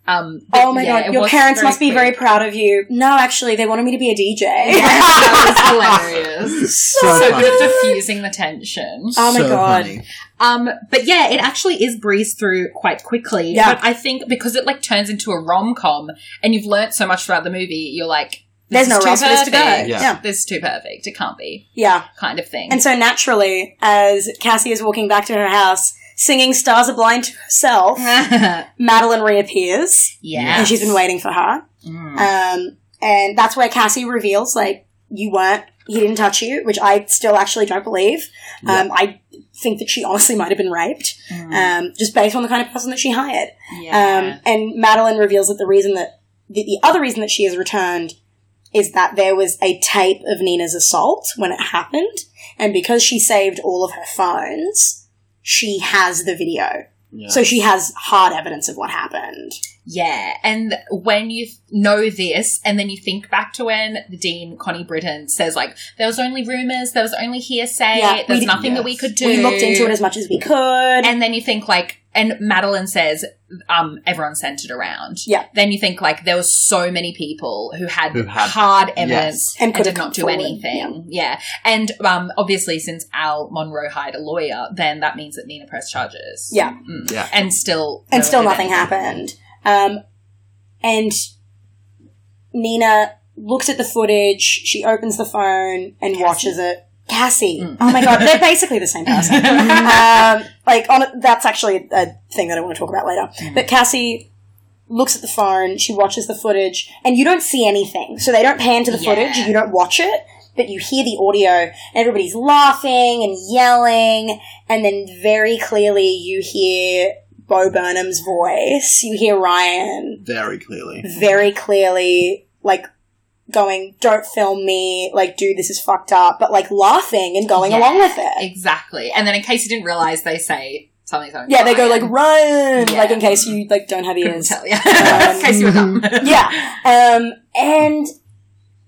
Um, Oh but my yeah, god, it your was parents must be quick. very proud of you. No, actually, they wanted me to be a DJ. that was hilarious. so, So funny. good at diffusing the tension. Oh my So God. funny. Um, but yeah, it actually is breezed through quite quickly. Yeah. But I think because it like turns into a rom com and you've learnt so much throughout the movie, you're like, There's is no too else for this to go. perfect. Yeah. Yeah. This is too perfect. It can't be, yeah. kind of thing. And so naturally, as Cassie is walking back to her house, singing Stars Are Blind to herself, yeah. Madeline reappears, and she's been waiting for her. waiting. Um, and that's where Cassie reveals, like, you weren't, he didn't touch you, which I still actually don't believe. Um, I think that she honestly might have been raped, Mm. Hmm. um, just based on the kind of person that she hired. Um, and Madeline reveals that the reason that, the, the other reason that she has returned is that there was a tape of Nina's assault when it happened, and because she saved all of her phones, she has the video. Yeah. So she has hard evidence of what happened. Yeah, and when you th- know this, and then you think back to when the dean Connie Britton says like there was only rumors, there was only hearsay, Yeah, we there's did- nothing that Yes. we could do. We looked into it as much as we could. and then you think like, and Madeline says, um, everyone sent it around. Yeah. Then you think like there were so many people who had, Who had- hard evidence And and, could did have not do come forward, anything. Yeah. and um, obviously since Al Monroe hired a lawyer, then that means that Nina pressed charges. Yeah. Mm. Yeah. and still and no still nothing happened. evidence. Um, and Nina looks at the footage. She opens the phone and watches it. Cassie, Mm. oh my god, they're basically the same person. um, like on that's actually a thing that I want to talk about later. Mm. But Cassie looks at the phone. She watches the footage, and you don't see anything. So they don't pan to the Yeah. footage. You don't watch it. But you hear the audio, and everybody's laughing and yelling, and then very clearly you hear Bo Burnham's voice. You hear Ryan Very clearly. very clearly, like, going, don't film me, like, dude, this is fucked up, but, like, laughing and going Yeah, along with it. Exactly. And then in case you didn't realize, they say something. something Yeah, they go, like, Ryan run! Yeah. Like, in case you, like, don't have couldn't ears. tell you. in case you were dumb. yeah. Um, and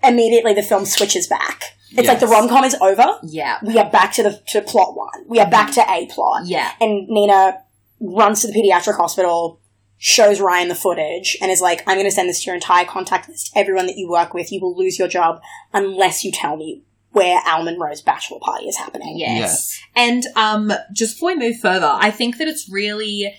immediately the film switches back. It's like the Yes. rom com is over. Yeah. We are back to the to plot one. We are back to a plot. Yeah. And Nina runs to the pediatric hospital, shows Ryan the footage, and is like, I'm going to send this to your entire contact list, everyone that you work with. You will lose your job unless you tell me where Al Monroe's bachelor party is happening. Yes. And um, just before we move further, I think that it's really.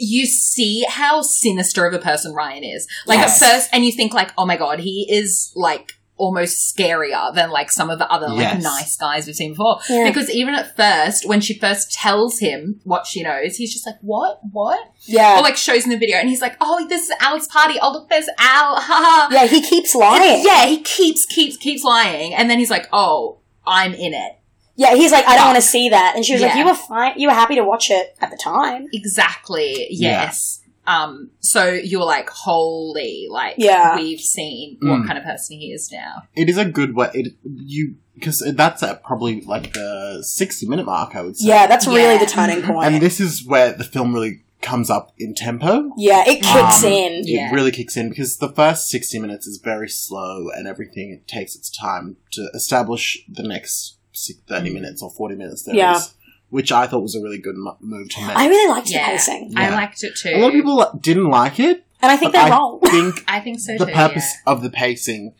You see how sinister of a person Ryan is. Like Yes. at first, and you think like, "Oh my god, he is like almost scarier than like some of the other like Yes. nice guys we've seen before. Yeah. Because even at first, when she first tells him what she knows, he's just like, "What? What?" Yeah. Or like shows him the video, and he's like, "Oh, this is Al's party. Oh, look, there's Al." Ha ha. yeah, he keeps lying. And yeah, he keeps, keeps, keeps lying, and then he's like, "Oh, I'm in it." Yeah, he's like, I don't want to see that. And she was like, Yeah. You were fine. You were happy to watch it at the time. Exactly. Yeah. Yes. Um, so you're like, holy, like, Yeah. we've seen what Mm. kind of person he is now. It is a good way. It you because that's at probably like the sixty minute mark. I would say. yeah, Mm-hmm. that's really Yeah. the turning point. And this is where the film really comes up in tempo. yeah, it kicks Um, in. Yeah. It really kicks in because the first 60 minutes is very slow and everything takes its time to establish the next si- 30 minutes or 40 minutes there is, Yeah. which I thought was a really good mo- move to make. I really liked Yeah. the pacing, Yeah. I liked it too. a lot of people li- didn't like it. and I think But they're wrong. I think I think so the too. purpose of the pacing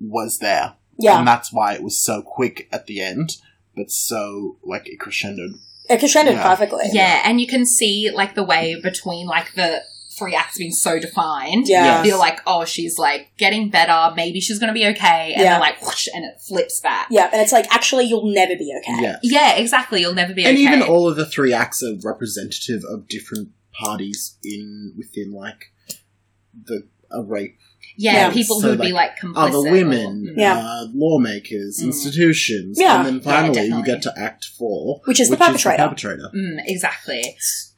was there. Yeah, And that's why it was so quick at the end, but so, like, it crescendoed. it crescended Yeah. perfectly. Yeah. yeah, and you can see like the way between like the three acts being so defined. yeah, Yeah. You're like, oh, she's like getting better. Maybe she's gonna be okay. And Yeah. then like, whoosh, and it flips back. Yeah, And it's like, actually, you'll never be okay. Yeah. Yeah, exactly. You'll never be And okay. even all of the three acts are representative of different parties in within like the a rape. yeah, Yeah. people So, who would be like complicit. Mm. Other or- women, Yeah. uh, lawmakers, Mm. institutions, Yeah. and then finally you definitely. get to Act Four, Which is the perpetrator. perpetrator. Mm, exactly.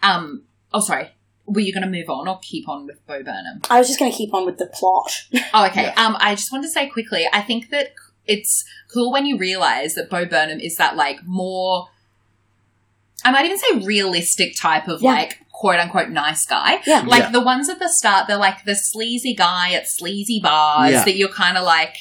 Um. Oh, sorry. Were you going to move on or keep on with Bo Burnham? I was just going to keep on with the plot. Oh, okay. Yeah. Um, I just wanted to say quickly. I think that it's cool when you realize that Bo Burnham is that like more. I might even say realistic type of Yeah. like quote unquote nice guy. Yeah. Like Yeah. the ones at the start, they're like the sleazy guy at sleazy bars Yeah. that you're kind of like,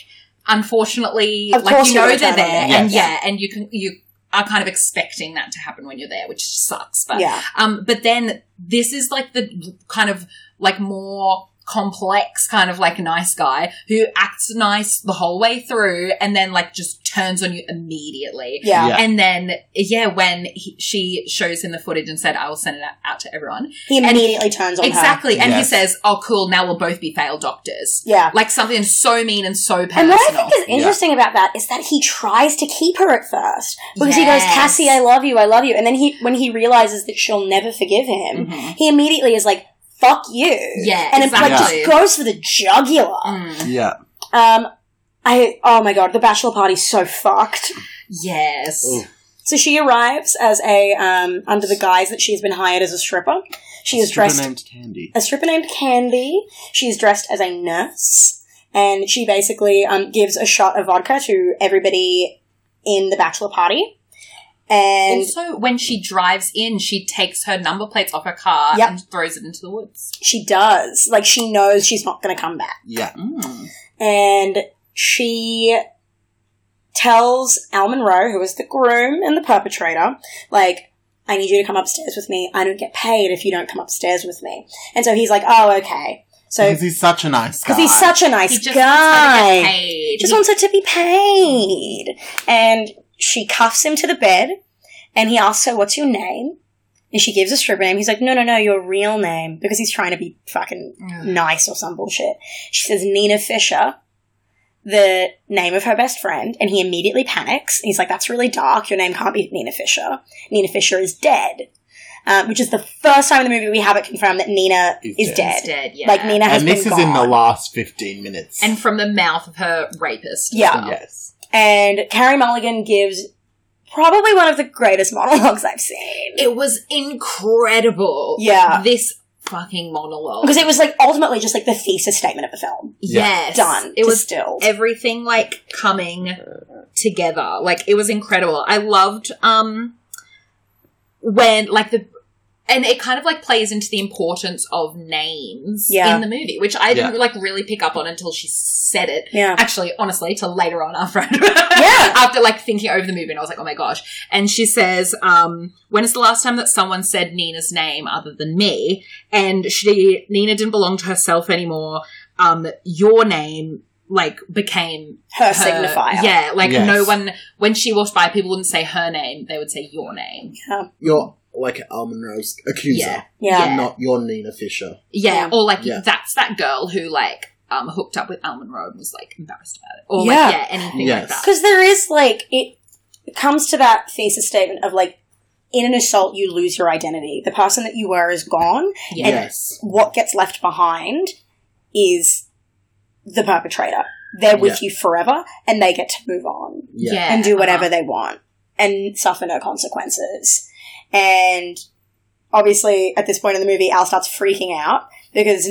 unfortunately, Of like course you you're know gonna they're turn there, on them. and Yes. yeah, and you can you are kind of expecting that to happen when you're there, which sucks. But yeah, um, but then this is like the kind of like more complex kind of like nice guy who acts nice the whole way through and then like just turns on you immediately. yeah, Yeah. And then, yeah, when he, she shows him the footage and said, I will send it out- out to everyone. He And- immediately turns on her. Exactly. And he Yes. says, Oh, cool. Now we'll both be failed doctors. Yeah. Like something so mean and so personal. And what I think is Yeah. interesting about that is that he tries to keep her at first because he goes, Yes. "Cassie, I love you, I love you," and then he when he realizes that she'll never forgive him, Mhm. he immediately is like, "Fuck you," Yeah, and it like, exactly. just goes for the jugular. Mm. Yeah, Um, I oh my god, the bachelor party's so fucked. Yes. Ooh. So she arrives as a um under the guise that she's been hired as a stripper. She is Stripper dressed named Candy. a stripper named Candy. She's dressed as a nurse, and she basically um, gives a shot of vodka to everybody in the bachelor party. And also, when she drives in, she takes her number plates off her car Yep. and throws it into the woods. she does. Like, she knows she's not going to come back. Yeah, Mm. And she tells Al Monroe, who is the groom and the perpetrator, like, I need you to come upstairs with me. I don't get paid if you don't come upstairs with me. And so he's like, oh, okay. So, because he's such a nice guy. because he's such a nice He just guy. wants her to get paid. just He- wants her to be paid. And she cuffs him to the bed, and he asks her, What's your name? And she gives a stripper name. He's like, No, no, no, your real name. Because he's trying to be fucking Mm. nice or some bullshit. She says, Nina Fisher, the name of her best friend, and he immediately panics. He's like, That's really dark. Your name can't be Nina Fisher. Nina Fisher is dead. Um, which is the first time in the movie we have it confirmed that Nina is Is dead. dead. He's dead, yeah. Like, Nina has and been this gone. is in the last fifteen minutes. and from the mouth of her rapist. as Yeah. well. yes, and Carrie Mulligan gives probably one of the greatest monologues I've seen. It was incredible. Yeah. This fucking monologue. Because it was like ultimately just like the thesis statement of the film. yes. Done. It was distilled. everything like coming together. Like it was incredible. I loved um when like the and it kind of like plays into the importance of names Yeah. in the movie, which I didn't Yeah. like really pick up on until she said it. yeah. Actually, honestly, till later on after Yeah. after like thinking over the movie, and I was like, oh my gosh. And she says, um, when is the last time that someone said Nina's name other than me? And she Nina didn't belong to herself anymore. Um, your name like became Her, her signifier. Yeah, like Yes. no one when she walked by, people wouldn't say her name; they would say your name. you're like Almond Rose accuser, Yeah. Yeah. Yeah. not your Nina Fisher. Yeah, Yeah. or like Yeah. that's that girl who like um, hooked up with Al Monroe and was like embarrassed about it, or Yeah. like yeah, anything Yes. like that. Because there is like it comes to that thesis statement of like in an assault you lose your identity. The person that you were is gone. Yeah. Yes. What gets left behind is the perpetrator. They're with you forever and they get to move on Yeah. and do whatever uh-huh. they want and suffer no consequences. And obviously, at this point in the movie, Al starts freaking out because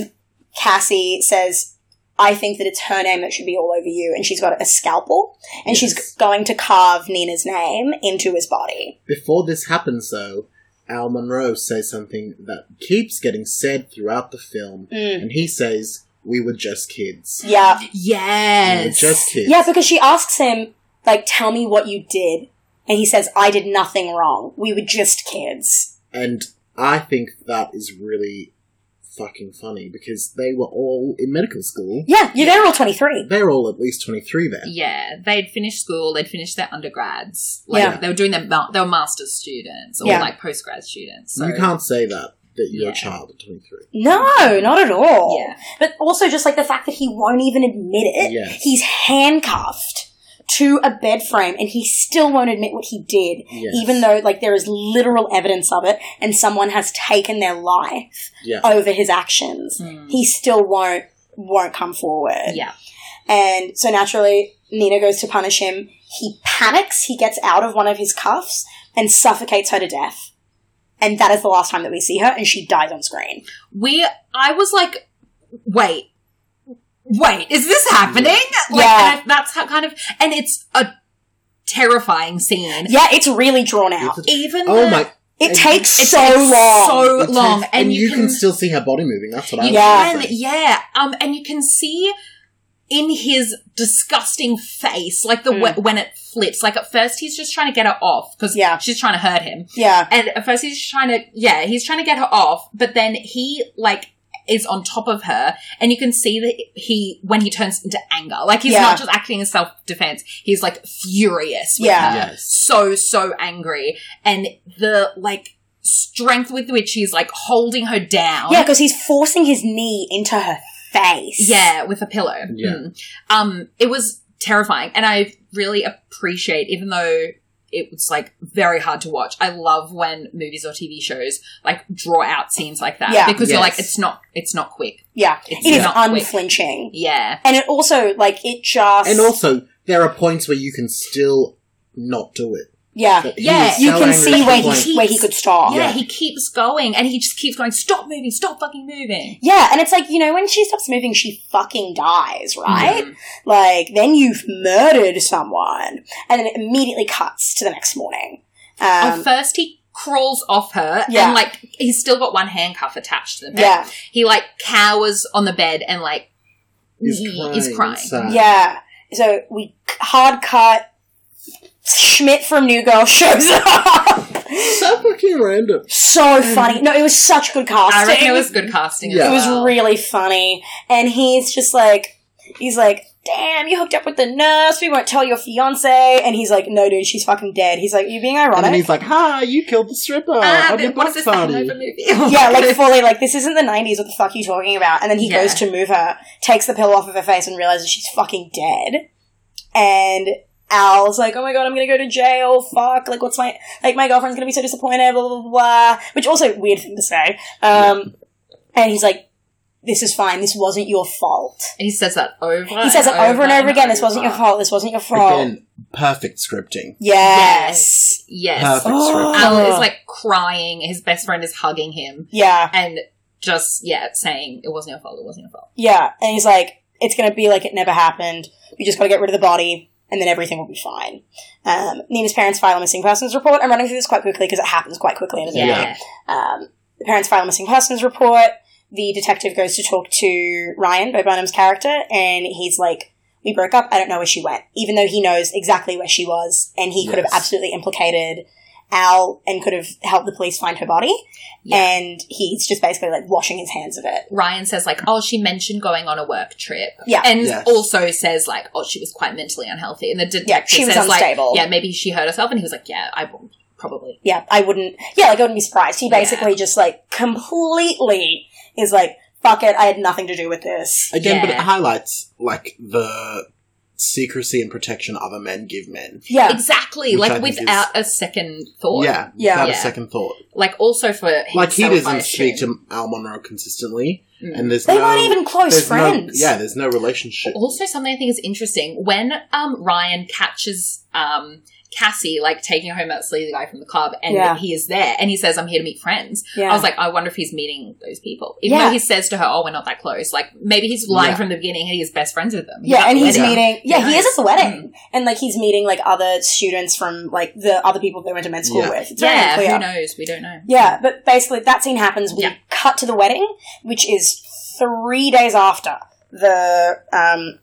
Cassie says, I think that it's her name that should be all over you. And she's got a scalpel and Yes. she's g- going to carve Nina's name into his body. Before this happens, though, Al Monroe says something that keeps getting said throughout the film, Mm. and he says, "We were just kids. Yeah. We were Yes. just kids." Yeah, because she asks him, like, tell me what you did. And he says, I did nothing wrong. We were just kids. And I think that is really fucking funny because they were all in medical school. Yeah, you they're all 23. They're all at least twenty three then. yeah, they'd finished school, they'd finished their undergrads. Like Yeah. they were doing their ma- they were master's students or Yeah. like postgrad students. So You can't say that that you're Yeah. a child at twenty three. No, not at all. yeah. But also just like the fact that he won't even admit it. Yes. He's handcuffed to a bed frame and he still won't admit what he did. Yes. Even though like there is literal evidence of it and someone has taken their life Yeah. Oh, over his actions. Hmm. Mm. He still won't won't come forward. Yeah. And so naturally Nina goes to punish him. He panics, he gets out of one of his cuffs and suffocates her to death. And that is the last time that we see her and she dies on screen. We I was like wait. Wait, is this happening? Like, Yeah. and I- that's how kind of and it's a terrifying scene. Yeah, it's really drawn out. It's a- Even oh the- my! It And- takes It's- so it's long. so it long, takes- and, you can, still see her body moving. That's what I. You Yeah. was can, yeah. Um, and you can see in his disgusting face, like the Mm. wh- when it flips. Like at first, he's just trying to get her off because Yeah. she's trying to hurt him. yeah, And at first, he's trying to yeah, he's trying to get her off. But then he like is on top of her, and you can see that he when he turns into anger, like he's Yeah. not just acting in self defense. He's like furious. With Yeah. her Yes. so so angry, and the like strength with which he's like holding her down. yeah, because he's forcing his knee into her face. Yeah, with a pillow. Yeah. Mm. Um, it was terrifying, and I really appreciate, even though it was like very hard to watch. I love when movies or TV shows like draw out scenes like that Yeah. because you're Yes. like, it's not, it's not quick. yeah, It's it is not quick. unflinching, Yeah, and it also like it just And also, there are points where you can still not do it. Uh, yeah, But he Yeah, is you so can angry see at where the point- he where he could stop. yeah. Yeah. He keeps going, and he just keeps going. Stop moving. Stop fucking moving. Yeah, and it's like you know when she stops moving, she fucking dies, right? Mm. Like then you've murdered someone, and then it immediately cuts to the next morning. At Um, first, he crawls off her, Yeah. and like he's still got one handcuff attached to the bed. yeah, He like cowers on the bed and like He's he- crying. is crying. inside. yeah. So we hard cut. Schmidt from New Girl shows up. So fucking random. so Mm. funny. No, it was such good casting. I reckon it was good casting. Yeah. As It was well. really funny. And he's just like, he's like, damn, you hooked up with the nurse. We won't tell your fiance. And he's like, no, dude, she's fucking dead. He's like, you being And ironic? then he's like, "Ha! You killed the stripper Ah, at your but what block is this party." hangover movie? Oh yeah, my like goodness. fully, like this isn't the '90s. What the fuck are you talking about? And then he Yeah. goes to move her, takes the pillow off of her face, and realizes she's fucking dead. And Al's like, "Oh my god, I'm gonna go to jail. Fuck! Like, what's my like? My girlfriend's gonna be so disappointed. Blah blah blah." blah. Which also weird thing to say. Um, and he's like, "This is fine. This wasn't your fault." he says that over. He says it over and over again. This wasn't your fault. This wasn't your fault. Again, perfect scripting. Yes. Yes, Perfect Oh. scripting. Al is like crying. His best friend is hugging him Yeah. and just yeah, saying it wasn't your fault. It wasn't your fault. Yeah. And he's like, it's going to be like it never happened. We just got to get rid of the body and then everything will be fine. Um, Nina's parents file a missing persons report. I'm running through this quite quickly because it happens quite quickly in the Yeah, movie. Yeah. Um, the parents file a missing persons report. The detective goes to talk to Ryan, Bo Burnham's character, and he's like, we broke up. I don't know where she went. Even though he knows exactly where she was and he could have Yes. absolutely implicated Al and could have helped the police find her body. Yeah. And he's just basically like washing his hands of it. Ryan says like, oh, she mentioned going on a work trip. Yeah. and Yes. also says like, oh, she was quite mentally unhealthy. And the detective she was says unstable. like, yeah, maybe she hurt herself. And he was like, yeah, I will probably. yeah, I wouldn't. Yeah, like I wouldn't be surprised. He Yeah. basically just like completely is like, fuck it, I had nothing to do with this. Again, but it Yeah. highlights like the secrecy and protection other men give men. Yeah. Exactly, Which I like think is- without a second thought. Yeah, Oh, Yeah. without a Yeah. second thought. like also for Like he himself, I doesn't speak assume. to Al Monroe consistently, Mm. and there's They no, weren't even close there's no- friends. yeah, there's no relationship. Also, something I think is interesting when um, Ryan catches um, Cassie, like taking home that sleazy guy from the club, and Yeah. he is there, and he says, "I'm here to meet friends." yeah. I was like, "I wonder if he's meeting those people." Even Yeah. though he says to her, "Oh, we're not that close," like maybe he's lying Yeah. from the beginning, and he's best friends with them. yeah, at and the he's wedding. meeting. Yeah, he is at the Nice. wedding, and like he's meeting like other students from like the other people they went to med school Yeah. with. It's very Yeah, unclear. who knows? We don't know. Yeah, but basically that scene happens. We Yeah. cut to the wedding, which is three days after the um,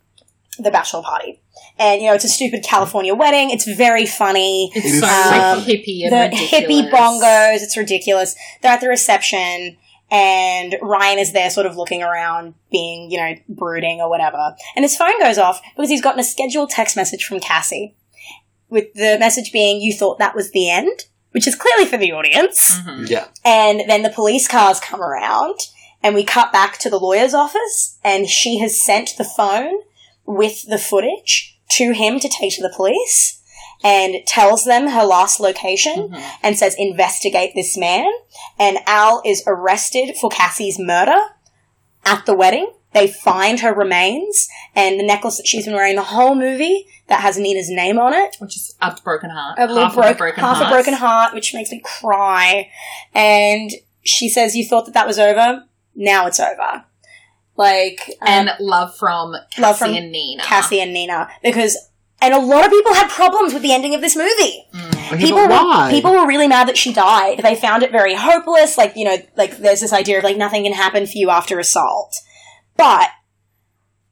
the bachelor party, and you know it's a stupid California wedding. It's very funny. It's It is so so like funny. hippie and the ridiculous. hippie bongos. It's ridiculous. They're at the reception, and Ryan is there, sort of looking around, being you know brooding or whatever. And his phone goes off because he's gotten a scheduled text message from Cassie, with the message being, "You thought that was the end," which is clearly for the audience. Mhm. Yeah, And then the police cars come around, and we cut back to the lawyer's office, and she has sent the phone with the footage to him to take to the police, and tells them her last location Mhm. and says, investigate this man. And Al is arrested for Cassie's murder at the wedding. They find her remains and the necklace that she's been wearing the whole movie that has Nina's name on it. Which is a broken heart. A little half broke, of a broken half heart. a broken heart, which makes me cry. And she says, "You thought that that was over. Now it's over." Like um, and love from Cassie Love from and Nina. Cassie and Nina, because and a lot of people had problems with the ending of this movie. Mm. Okay, people but were, why? people were really mad that she died. They found it very hopeless. Like you know, like there's this idea of like nothing can happen for you after assault, but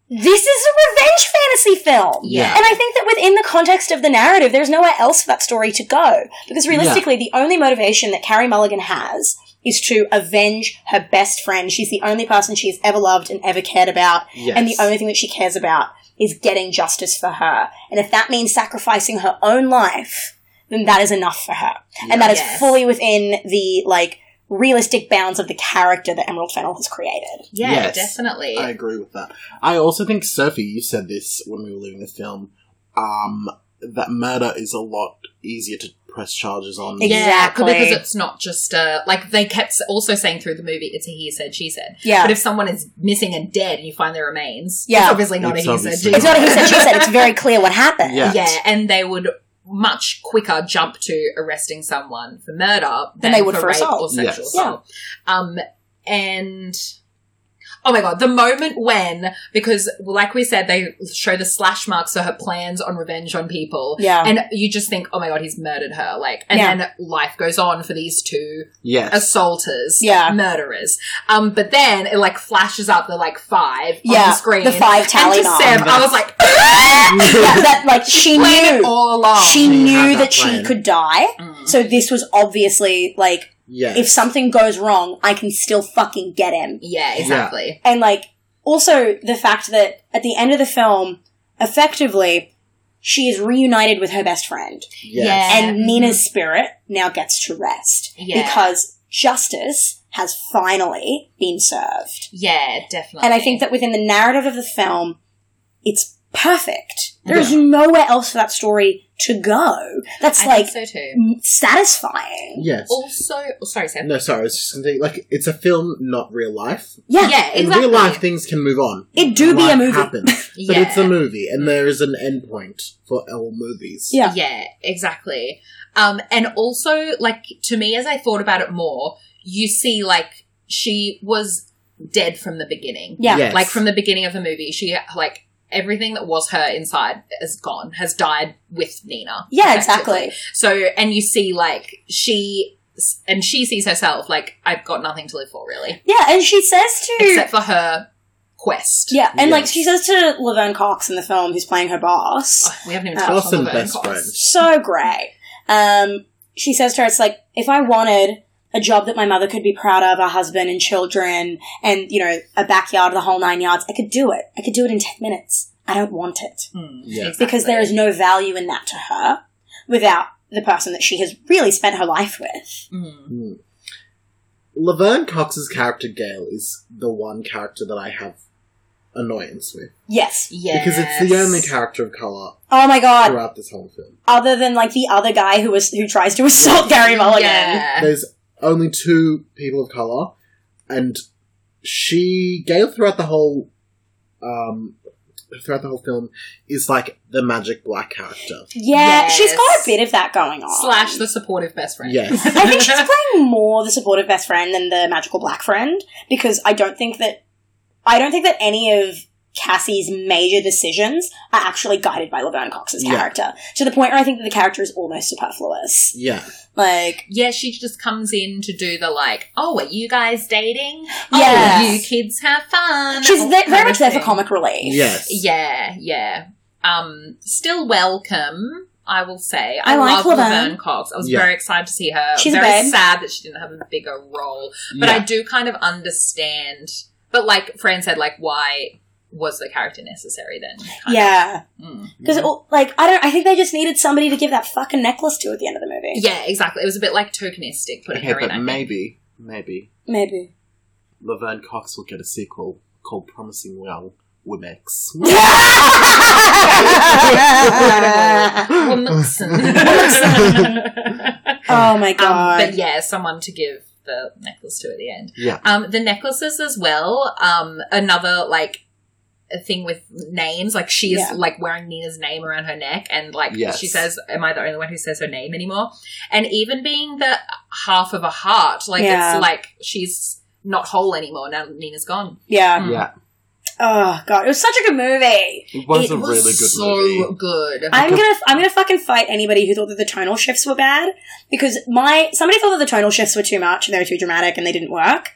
this is a revenge fantasy film. Yeah. And I think that within the context of the narrative, there's nowhere else for that story to go. Because realistically, the only motivation that Carrie Mulligan has is to avenge her best friend. She's the only person she's ever loved and ever cared about. yes. And the only thing that she cares about is getting justice for her. And if that means sacrificing her own life, then that is enough for her. And that is Yes. fully within the, like, realistic bounds of the character that Emerald Fennel has created. Yeah, Yes. definitely. I agree with that. I also think Sophie, you said this when we were leaving the film. Um, that murder is a lot easier to press charges on. Ex- Exactly. Yeah, because it's not just a like they kept also saying through the movie it's a he said she said. Yeah. But if someone is missing and dead and you find their remains, Yeah. it's obviously not It's a he said obviously she. It's not a he said, she said. It's very clear what happened. Yeah. yeah, and they would much quicker jump to arresting someone for murder Than than, they would for for, rape assault. or sexual Yes. assault. Um, and oh my god, the moment when because like we said, they show the slash marks of her plans on revenge on people. Yeah. And you just think, oh my god, he's murdered her. Like, and Yeah. then life goes on for these two Yes. assaulters, Yeah. murderers. Um, but then it like flashes up the like five on Yeah, the screen, the five tally and to mark. Seb, I was like, "Ah!" Yeah, that, like, she played it knew. all along. She She knew had that that she plan. could die. Mm. So this was obviously, like, yes. if something goes wrong, I can still fucking get him. yeah, exactly. And like also the fact that at the end of the film, effectively, she is reunited with her best friend. yes. And Yeah. Nina's spirit now gets to rest. Mm-hmm. Yeah. Because justice has finally been served. Yeah, definitely. And I think that within the narrative of the film, it's perfect. There's nowhere else for that story to go. That's I like think so too. m satisfying. Yes. Also, oh, sorry, Seb. No, sorry. I was just gonna say, like it's a film, not real life. Yeah. Yeah, In exactly. real life, things can move on. It do be a Life movie. happens, but Yeah. it's a movie, and there is an endpoint for all movies. Yeah. Yeah, exactly. Um, and also, like, to me, as I thought about it more, you see, like, she was dead from the beginning. Yeah. Yes. Like, from the beginning of the movie, she, like, everything that was her inside is gone, has died with Nina. Yeah, effectively. exactly. So, and you see, like, she, and she sees herself, like, I've got nothing to live for, really, Yeah, and she says to except for her quest. Yeah, and like Yes. she says to Laverne Cox in the film, who's playing her boss, Oh, we haven't even Uh, touched Awesome on the best Verne friend. so great. Um, she says to her, it's like, if I wanted a job that my mother could be proud of, a husband and children, and, you know, a backyard, the whole nine yards, I could do it. I could do it in 10 minutes. I don't want it. Mm, Yeah. Because there is no value in that to her Hmm. without the person that she has really spent her life with. Mm. Mm. Laverne Cox's character Gail is the one character that I have annoyance with Yes. Yes. because it's the only character of color Oh my god. throughout this whole film. Other than like the other guy who was who tries to assault Gary Mulligan. Yeah. There's only two people of color, and she Gail throughout the whole um throughout the whole film is like the magic black character. Yeah, she's got a Yes. bit of that going on. Slash the supportive best friend. Yes. I think she's playing more the supportive best friend than the magical black friend because I don't think that I don't think that any of Cassie's major decisions are actually guided by Laverne Cox's Yeah. character to the point where I think that the character is almost superfluous. Yeah. Like, yeah, she just comes in to do the like, oh, are you guys dating? Yes. Oh, you kids have fun. Oh, she's All there, very kind much of there for thing. comic relief. Yes. Yeah, yeah. Um, still welcome, I will say. I I, like love Laverne. Laverne. Cox. I was Yeah. very excited to see her. She's a very babe. sad that she didn't have a bigger role. But I yeah. do kind of understand. But like Fran said, like why was the character necessary then? Kind Yeah, of. Mm. because Mm-hmm. like I don't. I think they just needed somebody to give that fucking necklace to at the end of the movie. Yeah, exactly. It was a bit like tokenistic putting Okay, her in. but I think. maybe, maybe maybe. Laverne Cox will get a sequel called Promising Young Wimex. Womanson. oh my Um, god! but yeah, someone to give the necklace to at the end. Yeah. Um, the necklaces as well. Um, another like a thing with names. Like she is Yeah. like wearing Nina's name around her neck, and like Yes. she says, "Am I the only one who says her name anymore?" And even being the half of a heart, like Yeah. it's like she's not whole anymore now. that Nina's gone. yeah. Mm. Yeah. Oh god, it was such a good movie. It was It a really good so movie. good. I'm gonna I'm gonna fucking fight anybody who thought that the tonal shifts were bad because my somebody thought that the tonal shifts were too much and they were too dramatic and they didn't work.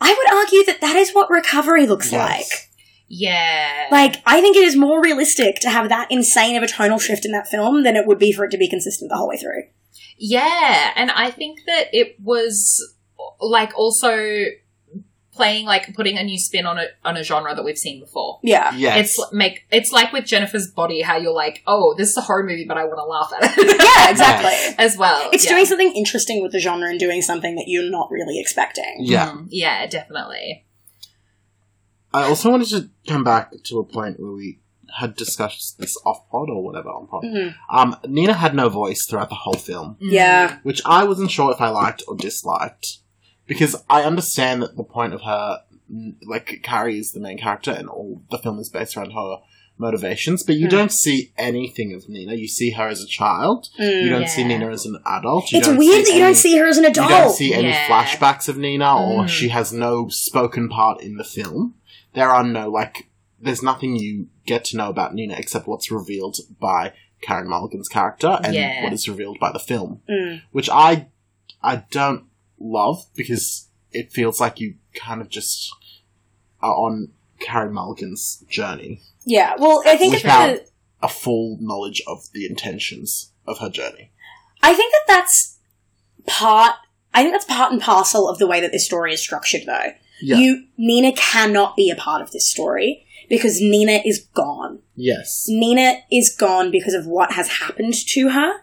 I would argue that that is what recovery looks Yes. yeah, like. Like I think it is more realistic to have that insane of a tonal shift in that film than it would be for it to be consistent the whole way through. Yeah, and I think that it was like also playing like putting a new spin on a on a genre that we've seen before. Yeah. Yes. It's make it's like with Jennifer's body how you're like, oh, this is a horror movie, but I want to laugh at it Yeah, exactly. Yes. as well. It's Yeah. doing something interesting with the genre and doing something that you're not really expecting. yeah. Mhm. yeah, definitely. I also wanted to come back to a point where we had discussed this off pod or whatever on pod. Mhm. Um, Nina had no voice throughout the whole film, Mm. Yeah. which I wasn't sure if I liked or disliked. Because I understand that the point of her, mm, like, Carrie is the main character and all the film is based around her motivations, but you Mm. don't see anything of Nina. You see her as a child, Mm. you don't see Yeah. Nina as an adult. You It's don't weird see that you don't any- see her as an You adult. don't see any Yeah. flashbacks of Nina, or Mm. she has no spoken part in the film. There are no, like, there's nothing you get to know about Nina except what's revealed by Karen Mulligan's character and Yeah. what is revealed by the film, Mm. which I, I don't love because it feels like you kind of just are on Karen Mulligan's journey, Yeah. Well, I think Without- that the, a full knowledge of the intentions of her journey. I think that that's part. I think that's part and parcel of the way that this story is structured, though. Yeah. You Nina cannot be a part of this story because Nina is gone. Yes. Nina is gone because of what has happened to her,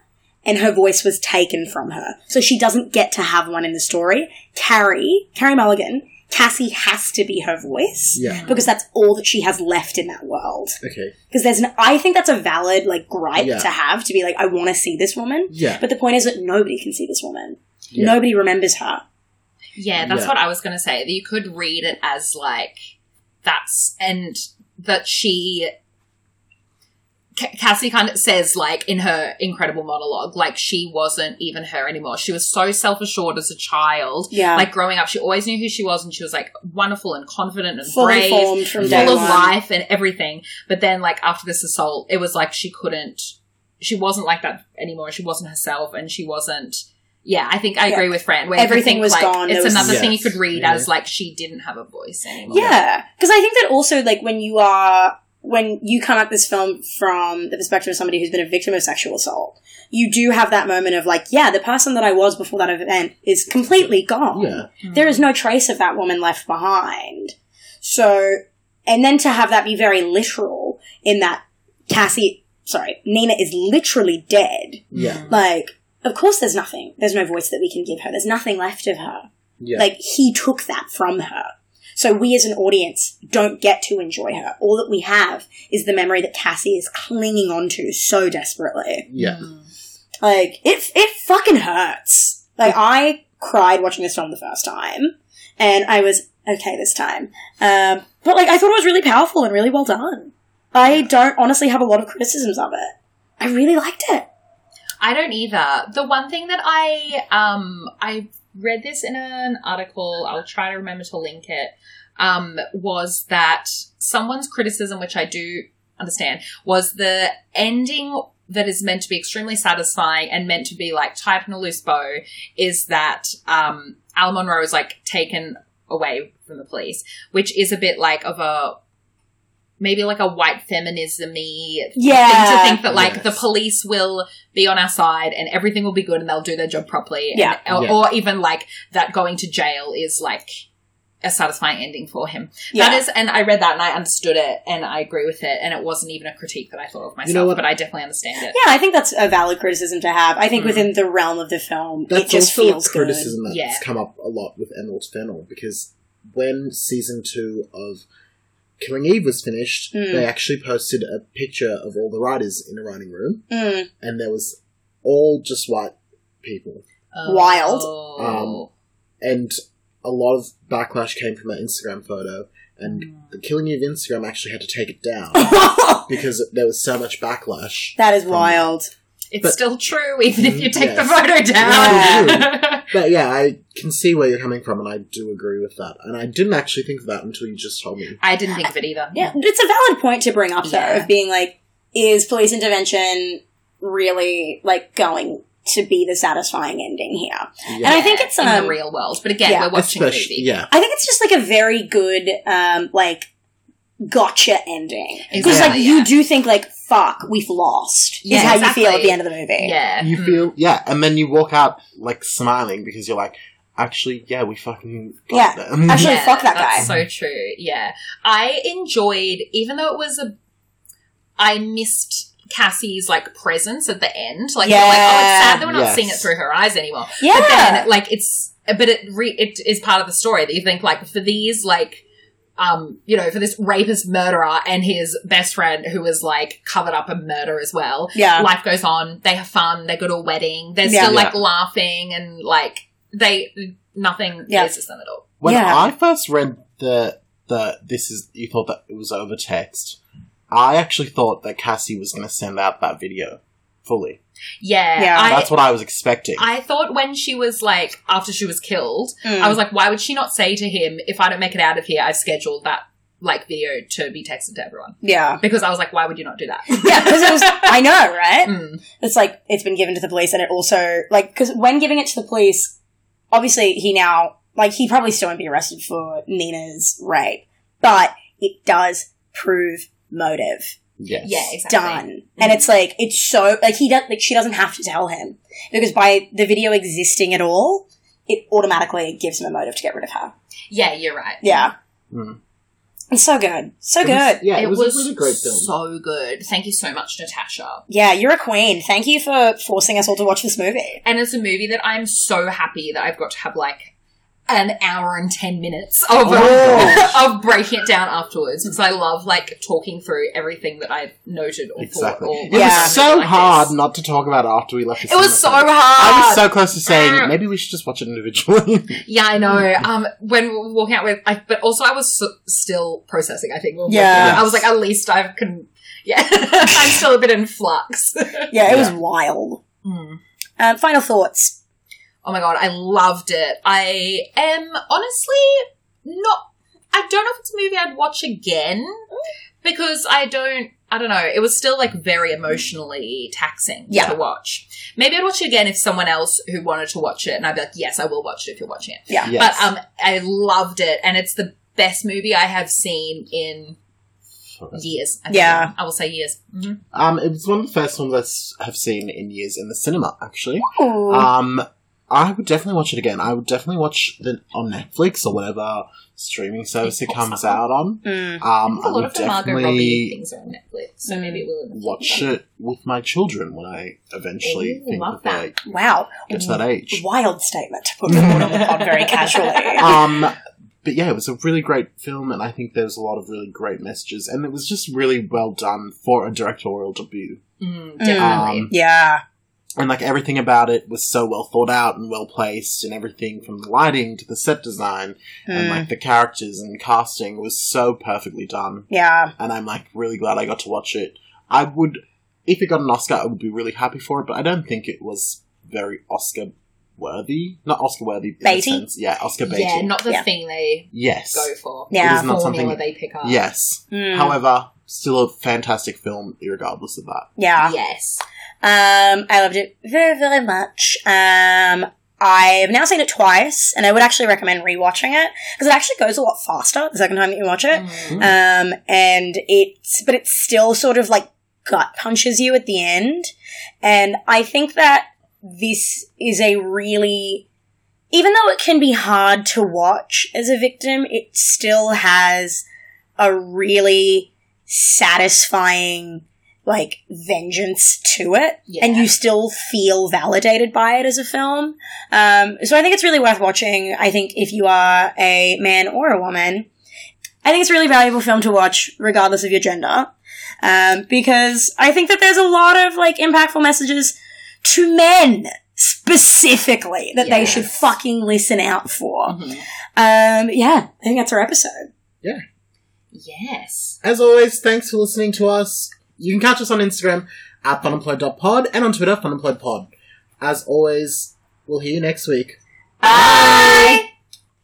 and her voice was taken from her. So she doesn't get to have one in the story. Carrie, Carrie Mulligan, Cassie has to be her voice Yeah. because that's all that she has left in that world. Okay. Because there's an, I think that's a valid like gripe Yeah. to have to be like, I want to see this woman. Yeah. But the point is that nobody can see this woman. Yeah. Nobody remembers her. Yeah, that's Yeah. what I was going to say. That you could read it as like that's and that she Ca- Cassie kind of says like in her incredible monologue like she wasn't even her anymore. She was so self-assured as a child. Yeah. Like growing up, she always knew who she was and she was like wonderful and confident and fully brave, formed from Yeah. day full of one. life and everything. But then like after this assault, it was like she couldn't she wasn't like that anymore. She wasn't herself and she wasn't yeah, I think I Yeah. agree with Fran. Where Everything you was think, like, gone. There It's was- another thing you Yes. could read Yeah. as like she didn't have a voice anymore. Yeah. Because I think that also, like, when you are, when you come at this film from the perspective of somebody who's been a victim of sexual assault, you do have that moment of, like, yeah, the person that I was before that event is completely gone. Yeah. There is no trace of that woman left behind. So, and then to have that be very literal in that Cassie, sorry, Nina is literally dead. Yeah. Mm. Like, of course there's nothing. There's no voice that we can give her. There's nothing left of her. Yeah. Like he took that from her. So we as an audience don't get to enjoy her. All that we have is the memory that Cassie is clinging onto so desperately. yeah. Mm. Like it it fucking hurts. Like I cried watching this film the first time and I was okay this time. Um but like I thought it was really powerful and really well done. I don't honestly have a lot of criticisms of it. I really liked it. I don't either. The one thing that I um I read this in an article, I'll try to remember to link it, um, was that someone's criticism, which I do understand, was the ending that is meant to be extremely satisfying and meant to be like tied in a loose bow is that um Al Monroe is like taken away from the police, which is a bit like of a maybe like a white feminism y thing to Yeah. think that like Yes. the police will be on our side and everything will be good and they'll do their job properly. Yeah. And, or, Yeah. or even like that going to jail is like a satisfying ending for him. Yeah. That is, and I read that and I understood it and I agree with it. And it wasn't even a critique that I thought of myself, what? but I definitely understand it. Yeah, I think that's a valid criticism to have. I think Mm. within the realm of the film, That's it just also feels a criticism that's Yeah. come up a lot with Emerald Fennel because when season two of Killing Eve was finished, Mm. they actually posted a picture of all the writers in a writing room, good. Mm. and there was all just white people, Wild. Um, Oh. and a lot of backlash came from that Instagram photo. And Mm. Mm. the Killing Eve Instagram actually had to take it down because there was so much backlash. that is wild. it's but- still true, even if you Mm, take the yes. photo down. But yeah, I can see where you're coming from, and I do agree with that. And I didn't actually think of that until you just told me. I didn't think of it either. Yeah, but it's a valid point to bring up though Yeah. of being like, is police intervention really like going to be the satisfying ending here? And Yeah. I think it's, in um, the real world. But again, yeah. we're watching a Especially, movie. yeah, I think it's just like a very good um like gotcha ending because Exactly, like yeah. you do think like fuck we've lost Yeah, is how exactly. you feel at the end of the movie. Yeah. you Mm. feel yeah, and then you walk out like smiling because you're like, actually, yeah, we fucking got Yeah, them. actually- fuck that that's so true. Yeah. I enjoyed, even though it was a. I missed Cassie's, like, presence at the end. Like, you're like, oh, it's sad that we're not Yes. seeing it through her eyes anymore. yeah. But then, like, it's. But it, re- it is part of the story that you think, like, for these, like. Um, you know, for this rapist murderer and his best friend who was like covered up a murder as well. yeah. life goes on. They have fun. They go to a wedding. They're Yeah. still Yeah. like laughing and like they nothing Yeah. phases them at all. when yeah. I first read the the this is you thought that it was over text. I actually thought that Cassie was going to send out that video fully. Yeah, Yeah. I, That's what I was expecting. I thought when she was like after she was killed, Mm. I was like, why would she not say to him, "If I don't make it out of here, I've scheduled that." Like video to be texted to everyone yeah. because I was like, why would you not do that? Mm. Yeah, because it was. I know, right? Mm. it's like it's been given to the police and it also like because when giving it to the police obviously he now like he probably still won't be arrested for nina's rape but it does prove motive yes. Yeah, exactly. done and Mhm. it's like it's so like he does like she doesn't have to tell him because by the video existing at all it automatically gives him a motive to get rid of her Yeah, you're right. yeah Mm. it's so good so It was- good yeah, it, was, a really great film. So good. Thank you so much, Natasha. yeah you're a queen thank you for forcing us all to watch this movie And it's a movie that I'm so happy that I've got to have like an hour and 10 minutes of, um, Oh. of breaking it down afterwards because I love like talking through everything that I've noted or exactly. thought. Or It Yeah. was so Like this. hard not to talk about it after we left. the It was so cinema. hard. I was so close to saying Ah. maybe we should just watch it individually. yeah, I know. Um, when we were walking out with, I, but also I was s- still processing. I think. when we were Yeah. walking out. I was like, at least I've can. Yeah, I'm still a bit in flux. yeah it was Yeah. wild Hmm. um, final thoughts Oh my god, I loved it. I am honestly not. I don't know if it's a movie I'd watch again because I don't. I don't know. It was still like very emotionally taxing Yeah. to watch. Maybe I'd watch it again if someone else who wanted to watch it, and I'd be like, "Yes, I will watch it if you're watching it." yeah yes. But um, I loved it, and it's the best movie I have seen in years. I think. Yeah. I will say years. hmm Um, it was one of the first films I s- have seen in years in the cinema, actually. Ooh. Um, I would definitely watch it again. I would definitely watch it on Netflix or whatever streaming service it pops comes up. out on. Mm. Um, a I lot would of the Margot Robbie definitely things are on Netflix, so maybe it will. in the watch future. it with my children when I eventually Ooh, think love that they Wow. get to that age. Wild statement to put forward on the pod very casually. um, but yeah, it was a really great film, and I think there's a lot of really great messages, and it was just really well done for a directorial debut. Mm, Um, definitely. Yeah. and like everything about it was so well thought out and well placed, and everything from the lighting to the set design and Mm. like the characters and casting was so perfectly done. Yeah. And I'm like really glad I got to watch it. I would, if it got an Oscar, I would be really happy for it, but I don't think it was very Oscar worthy. Not Oscar worthy. Baity? Yeah, Oscar baity. yeah, not the Yeah. thing they yes. go for. Yeah. It is not formula something- they pick up. Yes. Mm. However, still a fantastic film, regardless of that. yeah. Yes. Um, I loved it very, very much. Um, I've now seen it twice, and I would actually recommend rewatching it because it actually goes a lot faster the second time that you watch it. Mm. Um, and it's, but it's still sort of like gut punches you at the end. And I think that this is a really, even though it can be hard to watch as a victim, it still has a really satisfying, like, vengeance to it. Yeah. And you still feel validated by it as a film. Um, so I think it's really worth watching. I think if you are a man or a woman, I think it's a really valuable film to watch, regardless of your gender, um, because I think that there's a lot of like impactful messages to men specifically that they Yes. should fucking listen out for. Mhm. Um, yeah, I think that's our episode. Yes. As always, thanks for listening to us. You can catch us on Instagram at funemployed.pod and on Twitter, funemployedpod. As always, we'll hear you next week. Bye.